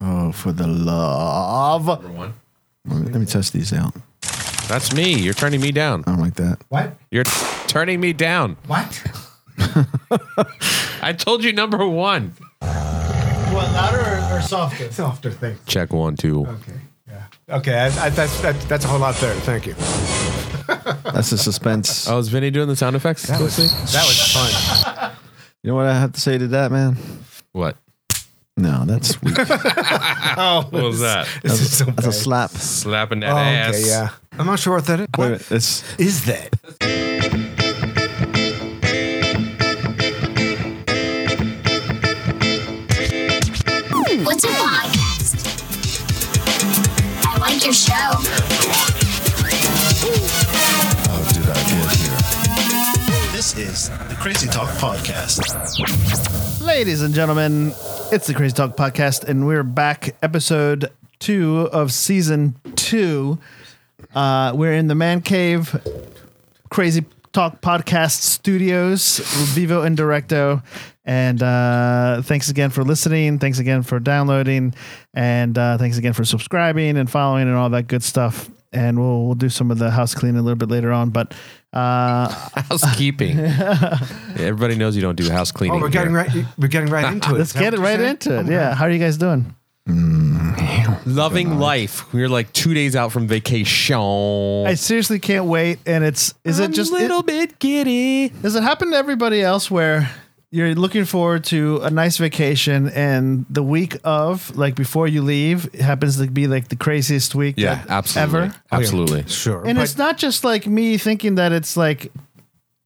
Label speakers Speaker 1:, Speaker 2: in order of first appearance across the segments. Speaker 1: Oh, for the love.
Speaker 2: Number one.
Speaker 1: Let me, let me test these out.
Speaker 3: That's me. You're turning me down.
Speaker 1: I don't like that.
Speaker 4: What?
Speaker 3: You're turning me down.
Speaker 4: What?
Speaker 3: I told you number one.
Speaker 5: What, louder or, or softer?
Speaker 4: Softer thing.
Speaker 3: Check one, two.
Speaker 4: Okay. Yeah. Okay. I, I, that's that, that's a whole lot there. Thank you.
Speaker 1: That's the suspense.
Speaker 3: Oh, is Vinny doing the sound effects?
Speaker 4: That was that was fun.
Speaker 1: You know what I have to say to that, man?
Speaker 3: what?
Speaker 1: No, that's weak. That's
Speaker 4: Oh,
Speaker 3: What was that?
Speaker 4: This is so
Speaker 1: a
Speaker 4: bad.
Speaker 1: slap.
Speaker 3: Slapping that
Speaker 4: Oh,
Speaker 3: ass.
Speaker 4: okay. Yeah. I'm not sure what that is.
Speaker 1: Wait a
Speaker 4: What
Speaker 1: minute. It's,
Speaker 4: is that?
Speaker 6: What's a podcast? I like your show.
Speaker 7: How did I get here? This is the Crazy Talk Podcast.
Speaker 5: Ladies and gentlemen, it's the Crazy Talk Podcast, and we're back, episode two of season two. Uh, we're in the man cave, Crazy Talk Podcast Studios, Vivo and Directo. And uh, thanks again for listening. Thanks again for downloading. And uh, thanks again for subscribing and following and all that good stuff. And we'll, we'll do some of the house cleaning a little bit later on. But uh,
Speaker 3: Housekeeping. Everybody knows you don't do house cleaning.
Speaker 4: Oh, we're getting
Speaker 3: here.
Speaker 4: right. We're getting right into it.
Speaker 5: let's
Speaker 4: Is that
Speaker 5: get it Oh,
Speaker 4: what you're
Speaker 5: right
Speaker 4: saying?
Speaker 5: into it. Yeah. How are you guys doing?
Speaker 3: Loving life. We're like two days out from vacation.
Speaker 5: I seriously can't wait. And it's is it just it-
Speaker 3: bit giddy?
Speaker 5: does it happen to everybody else where you're looking forward to a nice vacation and the week of like before you leave it happens to be like the craziest week
Speaker 3: Yeah,
Speaker 5: that-
Speaker 3: absolutely.
Speaker 5: ever
Speaker 3: Absolutely.
Speaker 4: Sure.
Speaker 5: and
Speaker 4: but-
Speaker 5: it's not just like me thinking that it's like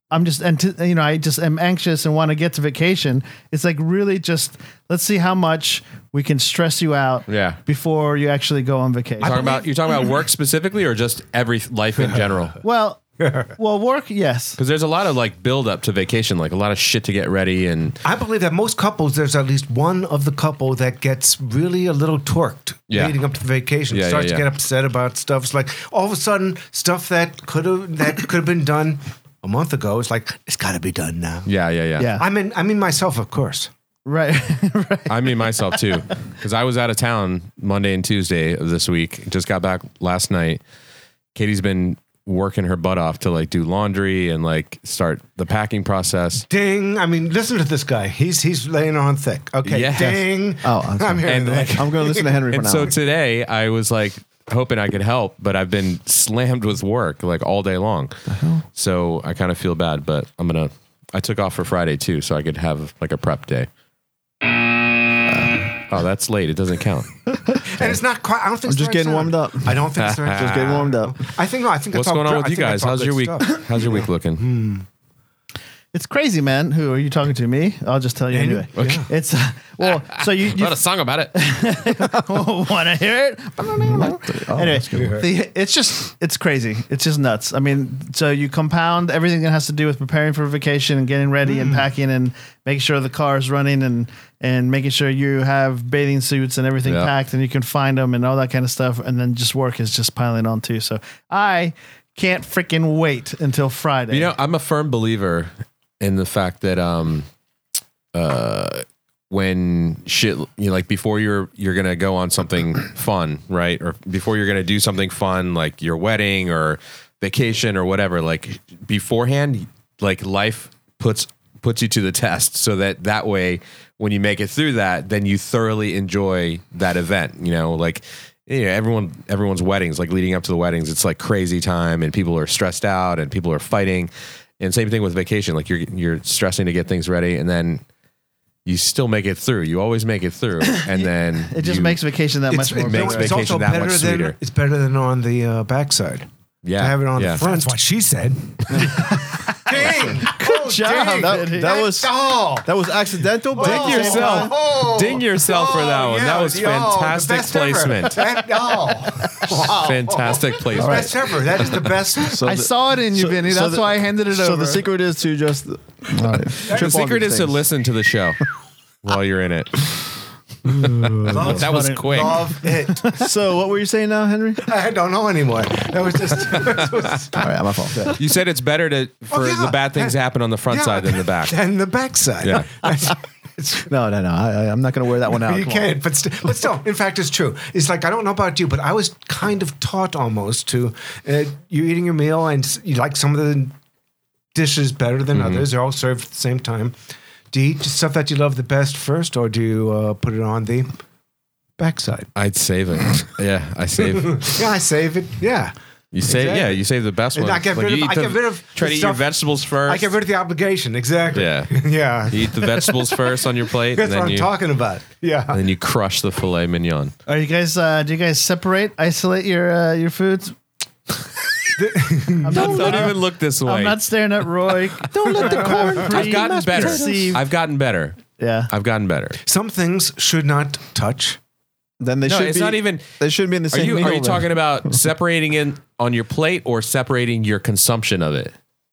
Speaker 5: I'm just and you know I just am anxious and want to get to vacation. It's like really just let's see how much we can stress you out
Speaker 3: Yeah.
Speaker 5: before you actually go on vacation.
Speaker 3: Talking about you're talking about work specifically or just every life in general?
Speaker 5: well, well, work yes.
Speaker 3: Because there's a lot of like build up to vacation, like a lot of shit to get ready and
Speaker 4: I believe that most couples, there's at least one of the couple that gets really a little torqued
Speaker 3: Yeah.
Speaker 4: leading up to vacation.
Speaker 3: Yeah, yeah,
Speaker 4: starts
Speaker 3: yeah.
Speaker 4: to get upset about stuff. It's like all of a sudden, stuff that could have that could have been done a month ago. It's like it's got to be done now.
Speaker 3: yeah, yeah, yeah.
Speaker 5: Yeah.
Speaker 4: I mean, I mean myself, of course.
Speaker 5: Right. right.
Speaker 3: I mean myself too, because I was out of town Monday and Tuesday of this week. Just got back last night. Katie's been working her butt off to like do laundry and like start the packing process.
Speaker 4: Ding! I mean, listen to this guy. He's he's laying on thick. Okay,
Speaker 3: Yes.
Speaker 4: ding!
Speaker 1: Oh, I'm sorry.
Speaker 4: hearing
Speaker 3: And,
Speaker 4: that.
Speaker 3: like,
Speaker 1: I'm going to listen to Henry for
Speaker 3: And
Speaker 1: now.
Speaker 3: so today I was like hoping I could help, but I've been slammed with work like all day long. So I kind of feel bad, but I'm gonna. I took off for Friday too, so I could have like a prep day. Oh, that's late. It doesn't count.
Speaker 4: and Uh. it's not quite. I don't think.
Speaker 1: I'm just getting warmed up.
Speaker 4: I don't think. it's the right
Speaker 1: Just
Speaker 4: sound.
Speaker 1: getting warmed up.
Speaker 4: I think. No, I think. I
Speaker 3: What's
Speaker 4: talk
Speaker 3: going
Speaker 4: gr-
Speaker 3: on with
Speaker 4: I
Speaker 3: you
Speaker 4: think I
Speaker 3: guys?
Speaker 4: talk
Speaker 3: How's
Speaker 4: good
Speaker 3: your week?
Speaker 4: stuff.
Speaker 3: How's your week looking?
Speaker 5: It's crazy, man. Who are you talking to? Me? I'll just tell you anyway.
Speaker 3: Okay.
Speaker 5: It's uh, well, so you, you
Speaker 3: Not a song about it.
Speaker 5: want to hear it?
Speaker 1: Oh,
Speaker 5: anyway,
Speaker 1: that's good.
Speaker 5: the, it's just it's crazy. It's just nuts. I mean, so you compound everything that has to do with preparing for vacation and getting ready
Speaker 3: Mm.
Speaker 5: and packing and making sure the car is running and and making sure you have bathing suits and everything
Speaker 3: Yeah.
Speaker 5: packed and you can find them and all that kind of stuff. And then just work is just piling on too. So I can't freaking wait until Friday.
Speaker 3: You know, I'm a firm believer in the fact that um uh when shit you know, like before you're you're gonna go on something fun, right? Or before you're gonna do something fun like your wedding or vacation or whatever, like beforehand, like life puts puts you to the test so that that way when you make it through that then you thoroughly enjoy that event you know like you know, everyone everyone's weddings like leading up to the weddings it's like crazy time and people are stressed out and people are fighting and same thing with vacation like you're you're stressing to get things ready and then you still make it through you always make it through and then
Speaker 5: it just
Speaker 3: you-
Speaker 5: makes vacation that
Speaker 4: It's,
Speaker 5: much more
Speaker 4: it
Speaker 3: makes
Speaker 5: better.
Speaker 4: it's also
Speaker 3: vacation that
Speaker 4: better
Speaker 3: much
Speaker 4: than
Speaker 3: sweeter.
Speaker 4: it's better than on the uh, backside.
Speaker 3: yeah
Speaker 4: I have it on
Speaker 3: yeah.
Speaker 4: the front. That's what she said. dang! Good
Speaker 5: job,
Speaker 1: that, that was
Speaker 4: Oh,
Speaker 1: that was accidental. But
Speaker 3: Ding yourself.
Speaker 4: Oh.
Speaker 3: Ding yourself for that
Speaker 4: Oh,
Speaker 3: one.
Speaker 4: yeah,
Speaker 3: that was
Speaker 4: yo, the
Speaker 3: fantastic
Speaker 4: best ever.
Speaker 3: placement.
Speaker 4: That- oh,
Speaker 3: Fantastic placement.
Speaker 4: best ever. That is the best.
Speaker 1: So
Speaker 5: I
Speaker 1: the-
Speaker 5: saw it in you,
Speaker 1: so-
Speaker 5: Vinny.
Speaker 1: so
Speaker 5: That's
Speaker 1: the-
Speaker 5: why I handed it
Speaker 1: so
Speaker 5: over.
Speaker 1: the secret is to just. all right.
Speaker 3: The
Speaker 1: Trip on
Speaker 3: secret
Speaker 1: these
Speaker 3: is to
Speaker 1: things.
Speaker 3: listen to the show while you're in it.
Speaker 4: Love,
Speaker 3: That was quick.
Speaker 4: love it.
Speaker 1: So what were you saying now, Henry?
Speaker 4: I don't know anymore. That was just. That was,
Speaker 1: All right, my fault. Yeah.
Speaker 3: You said it's better to for
Speaker 4: Oh, yeah.
Speaker 3: the bad things to happen on the front
Speaker 4: yeah,
Speaker 3: side than the back.
Speaker 4: And the backside.
Speaker 3: Yeah.
Speaker 4: That's-
Speaker 1: No, no, no. I, I- I'm not going to wear that one out.
Speaker 3: Oh,
Speaker 4: you
Speaker 1: Come on.
Speaker 4: can, but, st- but still, in fact, it's true. It's like I don't know about you, but I was kind of taught almost to uh, you're eating your meal and s- you like some of the dishes better than
Speaker 3: Mm-hmm.
Speaker 4: others. They're all served at the same time. Do you eat the stuff that you love the best first, or do you uh, put it on the backside?
Speaker 3: I'd save it. Yeah, I save.
Speaker 4: Yeah, I save it. Yeah.
Speaker 3: You save.
Speaker 4: Exactly.
Speaker 3: Yeah, you save the best
Speaker 4: And
Speaker 3: one.
Speaker 4: I get rid
Speaker 3: you
Speaker 4: of-
Speaker 3: eat
Speaker 4: I
Speaker 3: the-
Speaker 4: get rid of
Speaker 3: Try
Speaker 4: the
Speaker 3: to eat your
Speaker 4: stuff-
Speaker 3: vegetables first.
Speaker 4: I get rid of the obligation. Exactly.
Speaker 3: Yeah.
Speaker 4: yeah.
Speaker 3: You eat the vegetables first on your plate, and
Speaker 4: That's what
Speaker 3: then
Speaker 4: I'm
Speaker 3: you
Speaker 4: talking about. Yeah.
Speaker 3: and then you crush the filet mignon.
Speaker 5: Are you guys? Uh, do you guys separate, isolate your uh, your foods? I'm not,
Speaker 3: Don't even look this way.
Speaker 5: I'm not staring at Roy. Don't let the corn.
Speaker 3: I've gotten better. I've gotten better.
Speaker 5: yeah.
Speaker 3: I've gotten better.
Speaker 4: Some things should not touch.
Speaker 1: Then they
Speaker 3: No,
Speaker 1: should
Speaker 3: it's
Speaker 1: be-
Speaker 3: not even.
Speaker 1: They shouldn't be in the
Speaker 3: Are
Speaker 1: same.
Speaker 3: you
Speaker 1: meal
Speaker 3: are you
Speaker 1: then.
Speaker 3: talking about separating in on your plate or separating your consumption of it?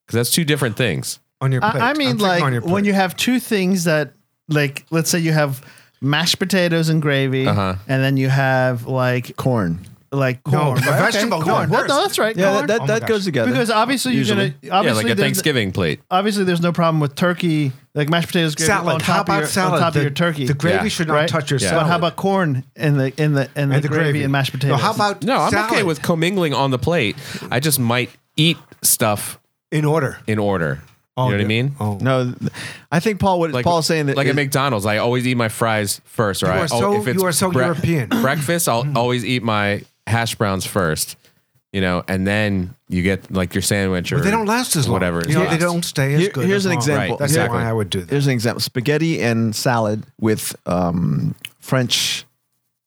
Speaker 3: Because that's two different things.
Speaker 4: On your plate.
Speaker 5: I, I
Speaker 4: I'm
Speaker 5: mean,
Speaker 4: thinking on your
Speaker 5: like when
Speaker 4: plate.
Speaker 5: you have two things that, like, let's say you have mashed potatoes and gravy,
Speaker 3: Uh-huh.
Speaker 5: and then you have like
Speaker 1: corn?
Speaker 5: like
Speaker 4: No,
Speaker 5: corn.
Speaker 4: a vegetable corn.
Speaker 5: What? No, that's right.
Speaker 1: Yeah,
Speaker 5: corn.
Speaker 1: that that,
Speaker 4: Oh my
Speaker 1: that
Speaker 4: gosh.
Speaker 1: goes together.
Speaker 5: because obviously you're
Speaker 3: Usually.
Speaker 5: gonna obviously
Speaker 3: yeah, like a
Speaker 5: there's-
Speaker 3: Thanksgiving plate.
Speaker 5: Obviously, there's no problem with turkey, like mashed potatoes, gravy
Speaker 4: salad.
Speaker 5: on
Speaker 4: How
Speaker 5: top,
Speaker 4: about
Speaker 5: of, your,
Speaker 4: salad?
Speaker 5: on top
Speaker 4: the,
Speaker 5: of your turkey.
Speaker 4: The gravy
Speaker 3: Yeah.
Speaker 4: should not
Speaker 5: Right?
Speaker 4: touch your
Speaker 3: Yeah.
Speaker 4: salad.
Speaker 5: But how about corn in the in the in the, gravy, and mashed potatoes?
Speaker 4: No, how about
Speaker 3: No, I'm
Speaker 4: salad
Speaker 3: okay with commingling on the plate. I just might eat stuff
Speaker 4: in order?
Speaker 3: in order. you know what I
Speaker 4: yeah.
Speaker 3: mean?
Speaker 4: Oh,
Speaker 1: no, th- I think Paul. What Paul's saying that
Speaker 3: like at
Speaker 1: is-
Speaker 3: McDonald's, I always eat my fries first. Oh, Or
Speaker 4: You
Speaker 3: I,
Speaker 4: are so- you are so European. Mm.
Speaker 3: Breakfast, I'll always eat my hash browns first. You know, and then you get like your sandwich or
Speaker 4: But they don't last as long.
Speaker 3: Whatever.
Speaker 4: You know,
Speaker 3: is
Speaker 4: they
Speaker 3: last.
Speaker 4: don't stay as
Speaker 1: Here-
Speaker 4: good.
Speaker 1: here's
Speaker 4: as
Speaker 1: an
Speaker 4: long.
Speaker 1: example.
Speaker 4: That's
Speaker 3: Exactly.
Speaker 4: why I would do that.
Speaker 1: Here's an example: spaghetti and salad with um, French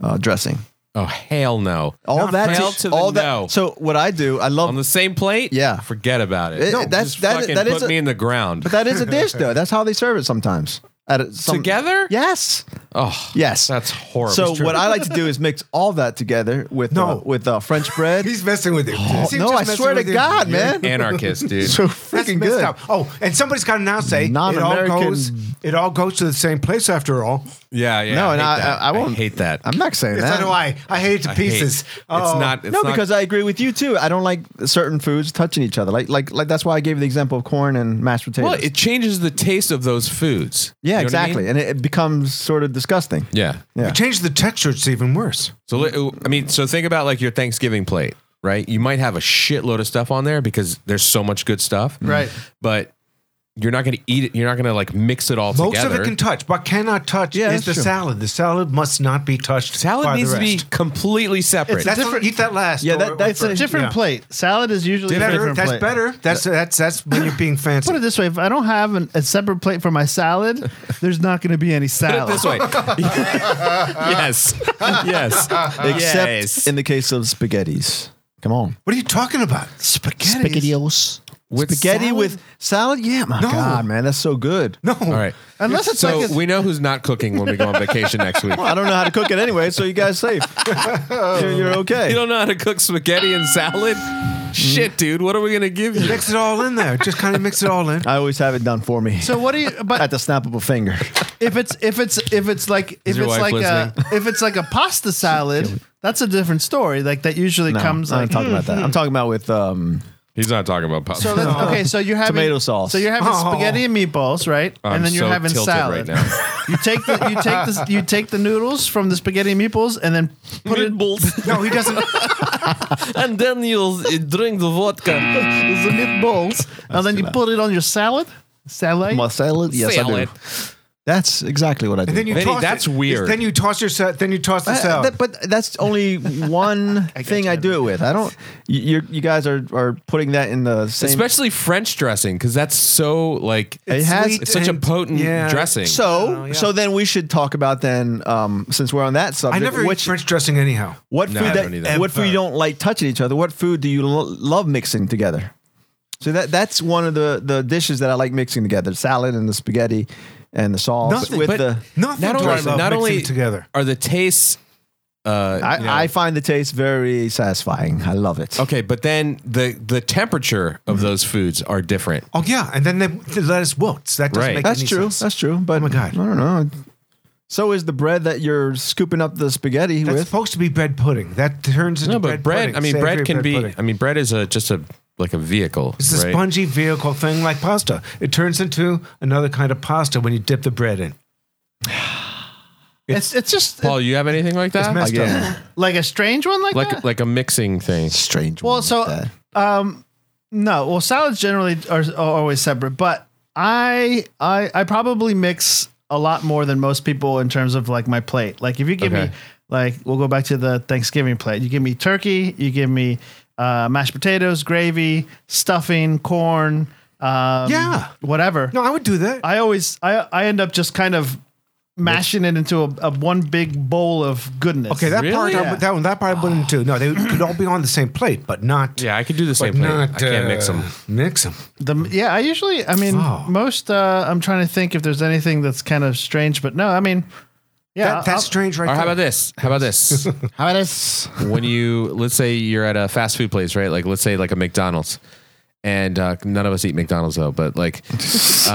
Speaker 1: uh, dressing.
Speaker 3: Oh hell no!
Speaker 1: All
Speaker 3: No,
Speaker 1: that,
Speaker 3: hell to the
Speaker 1: all that.
Speaker 3: no.
Speaker 1: So what I do, I love
Speaker 3: on the same plate.
Speaker 1: Yeah.
Speaker 3: forget about it.
Speaker 1: It-
Speaker 3: no,
Speaker 1: that's-
Speaker 3: just
Speaker 1: that-
Speaker 3: fucking
Speaker 1: that is
Speaker 3: put
Speaker 1: a-
Speaker 3: me in the ground.
Speaker 1: But that is a dish, though. That's how they serve it sometimes. At a, some,
Speaker 3: Together?
Speaker 1: Yes.
Speaker 3: oh,
Speaker 1: Yes.
Speaker 3: that's horrible.
Speaker 1: so. What I like to do is mix all that together with
Speaker 4: No.
Speaker 1: uh, with uh, French bread.
Speaker 4: He's messing with you.
Speaker 1: Oh,
Speaker 4: See,
Speaker 1: no,
Speaker 4: just
Speaker 1: I
Speaker 4: messing
Speaker 1: swear to
Speaker 4: with you.
Speaker 1: God, man.
Speaker 3: anarchist, dude.
Speaker 1: so
Speaker 4: That's
Speaker 1: freaking
Speaker 4: messed
Speaker 1: good.
Speaker 4: up. Oh, and somebody's got to now say it all
Speaker 1: Non-American-
Speaker 4: goes. It all goes to the same place after all.
Speaker 3: yeah, yeah.
Speaker 1: No, and
Speaker 3: hate
Speaker 1: I-
Speaker 3: that.
Speaker 1: I- I won't-
Speaker 3: hate that.
Speaker 1: I'm not saying
Speaker 4: Yes,
Speaker 1: that.
Speaker 4: so do I. I hate it to
Speaker 3: I hate-
Speaker 4: pieces.
Speaker 3: it's
Speaker 4: Oh.
Speaker 3: not. It's
Speaker 1: no,
Speaker 3: not,
Speaker 1: because I agree with you too. I don't like certain foods touching each other. Like, like, like that's why I gave the example of corn and mashed potatoes.
Speaker 3: well, it changes the taste of those foods.
Speaker 1: yeah,
Speaker 3: You know what I
Speaker 1: exactly,
Speaker 3: mean?
Speaker 1: and it, it becomes sort of disgusting.
Speaker 3: Yeah.
Speaker 1: Yeah.
Speaker 4: You change the texture, it's even worse.
Speaker 3: So li- uh, I mean, so think about like your Thanksgiving plate, right? You might have a shitload of stuff on there because there's so much good stuff,
Speaker 5: Right.
Speaker 3: But you're not going to eat it. You're not going to like mix it all
Speaker 4: Most
Speaker 3: together.
Speaker 4: of it can touch, but cannot touch
Speaker 1: Yeah, that's
Speaker 4: is the
Speaker 1: true.
Speaker 4: salad. The salad must not be touched.
Speaker 3: Salad
Speaker 4: by
Speaker 3: needs
Speaker 4: the
Speaker 3: to be
Speaker 4: rest.
Speaker 3: completely separate.
Speaker 4: That's what- eat that last.
Speaker 1: Yeah,
Speaker 4: or-
Speaker 1: that-
Speaker 4: or
Speaker 1: that's a
Speaker 4: first.
Speaker 5: different
Speaker 4: Yeah.
Speaker 5: plate? Salad is usually a
Speaker 4: Better.
Speaker 5: different
Speaker 4: That's
Speaker 5: plate.
Speaker 4: better. That's that's that's when you're being fancy.
Speaker 5: Put it this way: if I don't have an, a separate plate for my salad, there's not going to be any
Speaker 3: Put it
Speaker 5: salad.
Speaker 3: this way. yes. Yes.
Speaker 1: Except
Speaker 3: Yes.
Speaker 1: in the case of spaghettis. Come on,
Speaker 4: What are you talking about?
Speaker 5: Spaghettios.
Speaker 3: With
Speaker 1: spaghetti
Speaker 3: salad?
Speaker 1: with salad. Yeah, my
Speaker 4: No.
Speaker 1: God, man, that's so good.
Speaker 4: No.
Speaker 3: All right.
Speaker 5: Unless it's
Speaker 3: So
Speaker 5: like a-
Speaker 3: we know who's not cooking when we go on vacation next week.
Speaker 1: I don't know how to cook it anyway, so you guys safe. you're, you're okay.
Speaker 3: Oh. You don't know how to cook spaghetti and salad? Shit, dude. What are we going to give you?
Speaker 4: Mix it all in there. Just kind of mix it all in.
Speaker 1: I always have it done for me
Speaker 5: So what do you?
Speaker 1: at
Speaker 5: But
Speaker 1: the snap of a finger.
Speaker 5: if it's if it's if it's like if it's
Speaker 3: your wife
Speaker 5: like a if it's like a pasta salad, that's a different story. Like that usually
Speaker 1: No,
Speaker 5: comes
Speaker 1: I'm
Speaker 5: like
Speaker 1: not talking about
Speaker 3: hmm.
Speaker 1: that. I'm talking about with um,
Speaker 3: He's not talking about pasta.
Speaker 5: So let's, okay, so you're having
Speaker 1: Tomato sauce.
Speaker 5: So you're having
Speaker 4: Oh.
Speaker 5: spaghetti and meatballs, right?
Speaker 3: I'm
Speaker 5: and then you're
Speaker 3: so
Speaker 5: having
Speaker 3: tilted
Speaker 5: salad.
Speaker 3: right now.
Speaker 5: You take the you take the you take the noodles from the spaghetti and meatballs and then put it
Speaker 4: No, he doesn't.
Speaker 3: and then you'll uh, drink the vodka.
Speaker 5: the meatballs and then you put it on your salad. Salad.
Speaker 1: my salad. Yes, I
Speaker 3: Salad.
Speaker 1: do. That's exactly what I do.
Speaker 4: And then you
Speaker 3: Vinny,
Speaker 4: toss.
Speaker 3: that's
Speaker 4: it.
Speaker 3: weird. Uh,
Speaker 4: Then you toss your sa- Then you toss the
Speaker 1: I- I-
Speaker 4: salad.
Speaker 1: that- but that's only one thing I do it with. I don't. You you're- you guys are are putting that in the same.
Speaker 3: Especially French dressing, because that's so like
Speaker 1: it
Speaker 3: it's,
Speaker 1: has.
Speaker 4: sweet.
Speaker 3: such a
Speaker 4: And-
Speaker 3: potent
Speaker 4: yeah.
Speaker 3: dressing.
Speaker 1: so
Speaker 4: Oh, yeah.
Speaker 1: so then we should talk about then um, since we're on that
Speaker 4: I
Speaker 1: subject.
Speaker 4: never eat
Speaker 1: which,
Speaker 4: French dressing anyhow.
Speaker 1: what
Speaker 3: No, I
Speaker 1: food
Speaker 3: don't
Speaker 1: that,
Speaker 3: either.
Speaker 1: what food you don't like touching each other? What food do you lo- love mixing together? So that that's one of the the dishes that I like mixing together: salad and the spaghetti and the sauce
Speaker 4: Nothing,
Speaker 1: with
Speaker 3: but
Speaker 1: the.
Speaker 4: Nothing.
Speaker 3: not
Speaker 4: do I
Speaker 3: only
Speaker 4: love
Speaker 3: not
Speaker 4: mixing
Speaker 3: only
Speaker 4: together.
Speaker 3: are the tastes uh,
Speaker 1: I,
Speaker 3: you know,
Speaker 1: I find the taste very satisfying. I love it.
Speaker 3: okay, but then the the temperature of those foods are different.
Speaker 4: Oh yeah, and then they, they let us wilt. That doesn't
Speaker 3: Right.
Speaker 4: make
Speaker 1: That's
Speaker 4: any
Speaker 1: true.
Speaker 4: sense.
Speaker 1: That's true. But
Speaker 4: Oh my God.
Speaker 1: I don't know. So is the bread that you're scooping up the spaghetti
Speaker 4: That's
Speaker 1: with?
Speaker 4: supposed to be bread pudding. That turns into
Speaker 3: No,
Speaker 4: bread.
Speaker 3: but bread.
Speaker 4: pudding,
Speaker 3: I mean,
Speaker 4: savory
Speaker 3: bread can be.
Speaker 4: pudding.
Speaker 3: I mean, bread is a just a like a vehicle.
Speaker 4: It's a
Speaker 3: right?
Speaker 4: spongy vehicle thing like pasta. It turns into another kind of pasta when you dip the bread in.
Speaker 5: It's it's just uh,
Speaker 3: Paul, you have anything like that?
Speaker 4: messed
Speaker 1: Again.
Speaker 4: up.
Speaker 5: like a strange one like,
Speaker 3: like
Speaker 5: that?
Speaker 3: like a mixing thing.
Speaker 1: Strange.
Speaker 5: Well,
Speaker 1: one
Speaker 5: so
Speaker 1: like that.
Speaker 5: um, no. Well, salads generally are, are always separate, but I I I probably mix a lot more than most people in terms of like my plate. Like if you give
Speaker 3: Okay.
Speaker 5: me like we'll go back to the Thanksgiving plate. You give me turkey. You give me uh, mashed potatoes, gravy, stuffing, corn. Um,
Speaker 4: Yeah.
Speaker 5: whatever.
Speaker 4: No, I would do that.
Speaker 5: I always I I end up just kind of mashing it into a, a one big bowl of goodness.
Speaker 4: Okay, that part,
Speaker 3: Really?
Speaker 4: I, would- that one, that part I wouldn't do. No, they could all be on the same plate, but not.
Speaker 3: Yeah, I could do the
Speaker 4: but
Speaker 3: same thing. I
Speaker 4: not,
Speaker 3: can't
Speaker 4: uh,
Speaker 3: mix them.
Speaker 4: Mix them.
Speaker 5: The yeah, I usually I mean
Speaker 4: Wow.
Speaker 5: most uh I'm trying to think if there's anything that's kind of strange, but no, I mean yeah,
Speaker 4: that, that's strange, right?
Speaker 3: Or how
Speaker 4: there.
Speaker 3: about this? How about this?
Speaker 5: how it is.
Speaker 3: when you let's say you're at a fast food place, right? Like let's say like a McDonald's, and uh, none of us eat McDonald's though. But like,
Speaker 4: It's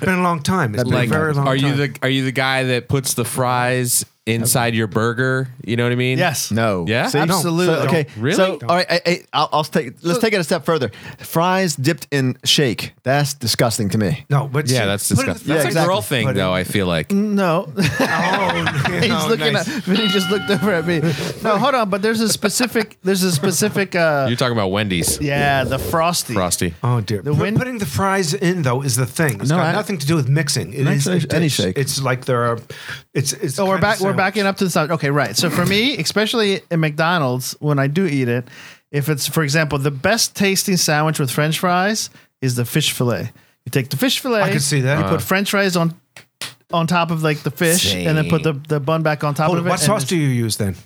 Speaker 4: been a long time. It's been
Speaker 3: like
Speaker 4: a very
Speaker 3: are
Speaker 4: long time.
Speaker 3: you the are you the guy that puts the fries inside your burger? You know what I mean?
Speaker 5: Yes.
Speaker 1: no.
Speaker 3: Yeah.
Speaker 5: See? Absolutely.
Speaker 1: So, okay.
Speaker 3: Don't. Really?
Speaker 1: So, all right. I, I, I'll, I'll take. Let's take it a step further. Fries dipped in shake. That's disgusting to me.
Speaker 4: no, but
Speaker 3: Yeah, that's
Speaker 4: put it-
Speaker 3: disgusting.
Speaker 1: Yeah,
Speaker 3: that's a
Speaker 1: exactly.
Speaker 3: girl thing, though. I feel like
Speaker 5: No.
Speaker 4: Oh,
Speaker 5: He's looking
Speaker 4: nice.
Speaker 5: at he just looked over at me. No, hold on, but there's a specific there's a specific uh
Speaker 3: you're talking about Wendy's,
Speaker 5: yeah, the frosty.
Speaker 3: Frosty.
Speaker 4: Oh dear!
Speaker 5: The
Speaker 4: Put-
Speaker 5: wind-
Speaker 4: putting the fries in though is the thing. It's
Speaker 1: No,
Speaker 4: got
Speaker 1: I-
Speaker 4: nothing to do with mixing. It
Speaker 1: Makes
Speaker 4: is
Speaker 1: any-
Speaker 4: it's-
Speaker 1: any shake.
Speaker 4: It's like there are. It's it's.
Speaker 5: So Oh, we're
Speaker 4: kind
Speaker 5: back.
Speaker 4: of
Speaker 5: We're
Speaker 4: sandwich.
Speaker 5: backing up to the side. Okay, right. So for me, especially in McDonald's, when I do eat it, if it's, for example, the best tasting sandwich with French fries is the fish fillet. You take the fish fillet.
Speaker 4: I could see that.
Speaker 5: You
Speaker 3: Uh-huh.
Speaker 5: put French fries on on top of like the fish, and then put the, the bun back on top
Speaker 4: Hold
Speaker 5: of
Speaker 4: on,
Speaker 5: it.
Speaker 4: what
Speaker 5: and
Speaker 4: sauce
Speaker 5: it's-
Speaker 4: do you use then?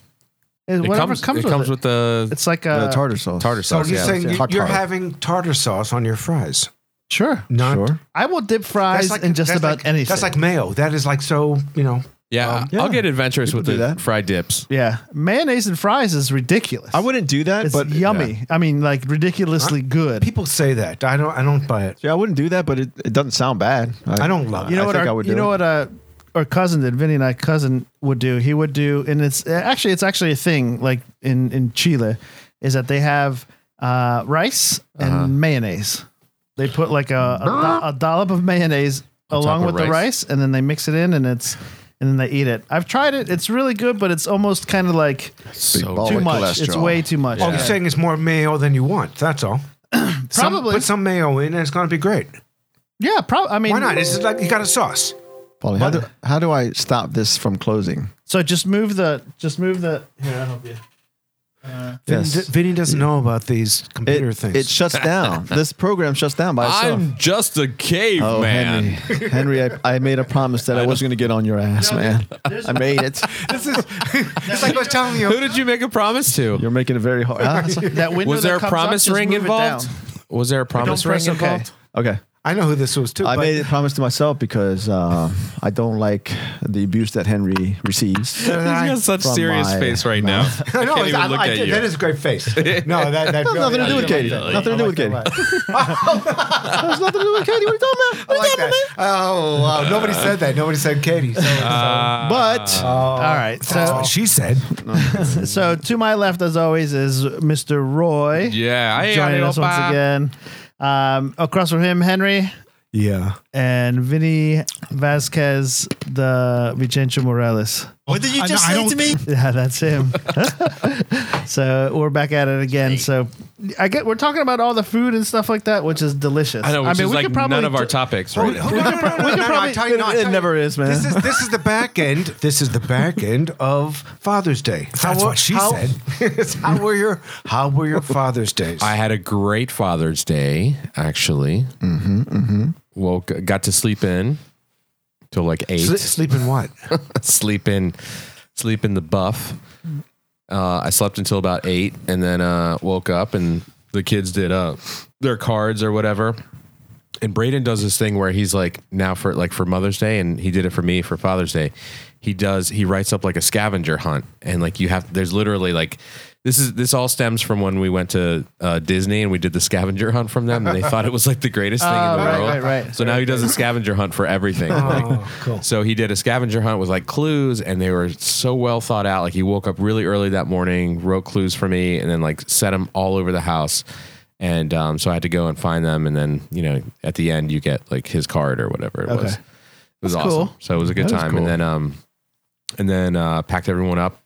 Speaker 5: it's
Speaker 3: It
Speaker 5: whatever
Speaker 3: comes,
Speaker 5: comes,
Speaker 3: it
Speaker 5: with
Speaker 3: comes
Speaker 5: it.
Speaker 3: with the
Speaker 5: It's like uh,
Speaker 1: The
Speaker 5: a
Speaker 1: tartar sauce.
Speaker 3: Uh, tartar
Speaker 4: Uh, So
Speaker 3: sauce.
Speaker 4: you're
Speaker 3: yeah.
Speaker 4: saying you,
Speaker 1: Hot
Speaker 4: you're
Speaker 1: tartar.
Speaker 4: having tartar sauce on your fries?
Speaker 5: Sure,
Speaker 4: Not
Speaker 1: Sure.
Speaker 5: I will dip fries in just
Speaker 4: that's
Speaker 5: about
Speaker 4: like-
Speaker 5: anything.
Speaker 4: That's like mayo. That is like so. You know.
Speaker 3: yeah,
Speaker 4: Um,
Speaker 3: I'll get adventurous
Speaker 1: People
Speaker 3: with
Speaker 1: do
Speaker 3: the
Speaker 1: that.
Speaker 3: fried dips.
Speaker 5: yeah, mayonnaise and fries is ridiculous.
Speaker 1: I wouldn't do that,
Speaker 5: It's
Speaker 1: but
Speaker 5: yummy. I mean, like ridiculously good.
Speaker 4: People say that. I don't. I don't buy it.
Speaker 1: Yeah, I wouldn't do that, but it, it doesn't sound bad.
Speaker 4: I don't love it.
Speaker 5: You know
Speaker 1: I
Speaker 5: what?
Speaker 1: think
Speaker 5: our,
Speaker 1: I would
Speaker 5: you
Speaker 1: do
Speaker 5: know
Speaker 1: it.
Speaker 5: what? Uh, our cousin did. Vinny and I cousin would do. He would do, and it's uh, actually it's actually a thing. Like in in Chile, is that they have uh, rice and mayonnaise. They put like a a, do- a dollop of mayonnaise along
Speaker 3: of
Speaker 5: with the
Speaker 3: rice.
Speaker 5: rice, and then they mix it in, and it's and then they eat it. I've tried it. It's really good, but it's almost kind of like
Speaker 3: So
Speaker 1: ball.
Speaker 5: too
Speaker 1: Like
Speaker 5: much. It's
Speaker 1: cholesterol.
Speaker 5: way too much.
Speaker 4: All you're saying is more mayo than you want. That's all. Some-
Speaker 5: Probably.
Speaker 4: put some mayo in, and it's going to be great.
Speaker 5: yeah, probably. I mean,
Speaker 4: Why not? It's just like you got a sauce.
Speaker 1: Paulie, how do, how do I stop this from closing?
Speaker 5: so just move the just move the.
Speaker 1: Yes.
Speaker 4: Vinny doesn't know about these
Speaker 1: It,
Speaker 4: computer things.
Speaker 1: it shuts down. this program shuts down by itself.
Speaker 3: I'm just a
Speaker 1: oh,
Speaker 3: caveman.
Speaker 1: Henry, Henry I, I made a promise that I, wasn't going to get on your ass, man. I made it.
Speaker 4: it's like I was telling you.
Speaker 3: Who did you make a promise to?
Speaker 1: You're making it very hard. Ah, that's okay.
Speaker 5: That window
Speaker 3: was
Speaker 5: that
Speaker 3: there a
Speaker 5: comes up,
Speaker 3: promise
Speaker 5: just
Speaker 3: ring
Speaker 5: move it
Speaker 3: involved?
Speaker 5: down.
Speaker 3: Was there a promise ring
Speaker 5: press okay.
Speaker 3: involved?
Speaker 1: okay.
Speaker 4: I know who this was too.
Speaker 1: I
Speaker 4: but-
Speaker 1: made a promise to myself because uh, I don't like the abuse that Henry receives.
Speaker 4: That I-
Speaker 3: He's got such
Speaker 1: From
Speaker 3: serious
Speaker 1: my
Speaker 3: face right now.
Speaker 4: I
Speaker 3: I
Speaker 4: know,
Speaker 3: can't
Speaker 4: I-
Speaker 3: even look
Speaker 4: I-
Speaker 3: at you.
Speaker 4: That is a great face. No, that, that
Speaker 1: nothing to do with Katie.
Speaker 4: I like
Speaker 1: Nothing to do with Katie.
Speaker 4: that.
Speaker 1: There's nothing to do with Katie. What are you talking
Speaker 4: I
Speaker 1: about? What are you
Speaker 4: like
Speaker 1: talking
Speaker 4: that. Oh wow! Nobody said that. Nobody said Katie. So,
Speaker 1: about? But
Speaker 5: All right. So
Speaker 4: that's what she said.
Speaker 5: So to my left, as always, is Mr. Roy.
Speaker 3: yeah, I
Speaker 5: Joining us once again. Um, across from him, Henry
Speaker 4: Yeah.
Speaker 5: and Vinny Vasquez, the Vicencio Morales.
Speaker 7: What did you just say to me?
Speaker 5: Yeah, that's him. so we're back at it again. So I get we're talking about all the food and stuff like that, which is delicious.
Speaker 3: I know, which is like none of our
Speaker 5: t-
Speaker 3: topics,
Speaker 4: Oh,
Speaker 3: right?
Speaker 4: no, no, no, no, no, no, I tell you, no, I
Speaker 1: it
Speaker 4: tell you.
Speaker 1: never is, man.
Speaker 4: This is this is the back end. This is the back end of Father's Day.
Speaker 7: That's
Speaker 4: were-
Speaker 7: what she
Speaker 4: how,
Speaker 7: said.
Speaker 4: how were your How were your Father's Days?
Speaker 3: I had a great Father's Day, actually. Mm-hmm, Woke, got to sleep in till like eight.
Speaker 4: Sle- sleep in what? Oh
Speaker 3: sleep in, sleep in the buff. Uh, I slept until about eight, and then uh, woke up, and the kids did uh, their cards or whatever. And Braden does this thing where he's like now for like for Mother's Day, and he did it for me for Father's Day. He does he writes up like a scavenger hunt, and like you have there's literally like this is this all stems from when we went to uh, Disney and we did the scavenger hunt from them, and they thought it was like the greatest thing in the
Speaker 5: Ah, Oh, right,
Speaker 3: world.
Speaker 5: right, right. Oh,
Speaker 3: So now he does a scavenger hunt for everything. like, so he did a scavenger hunt with like clues, and they were so well thought out. Like he woke up really early that morning, wrote clues for me, and then like set them all over the house. And um, so I had to go and find them, and then you know at the end you get like his card or whatever it was. was
Speaker 5: That's
Speaker 3: awesome.
Speaker 5: cool.
Speaker 3: So it was a good
Speaker 5: That is
Speaker 3: time.
Speaker 5: cool.
Speaker 3: And then um and then uh packed everyone up,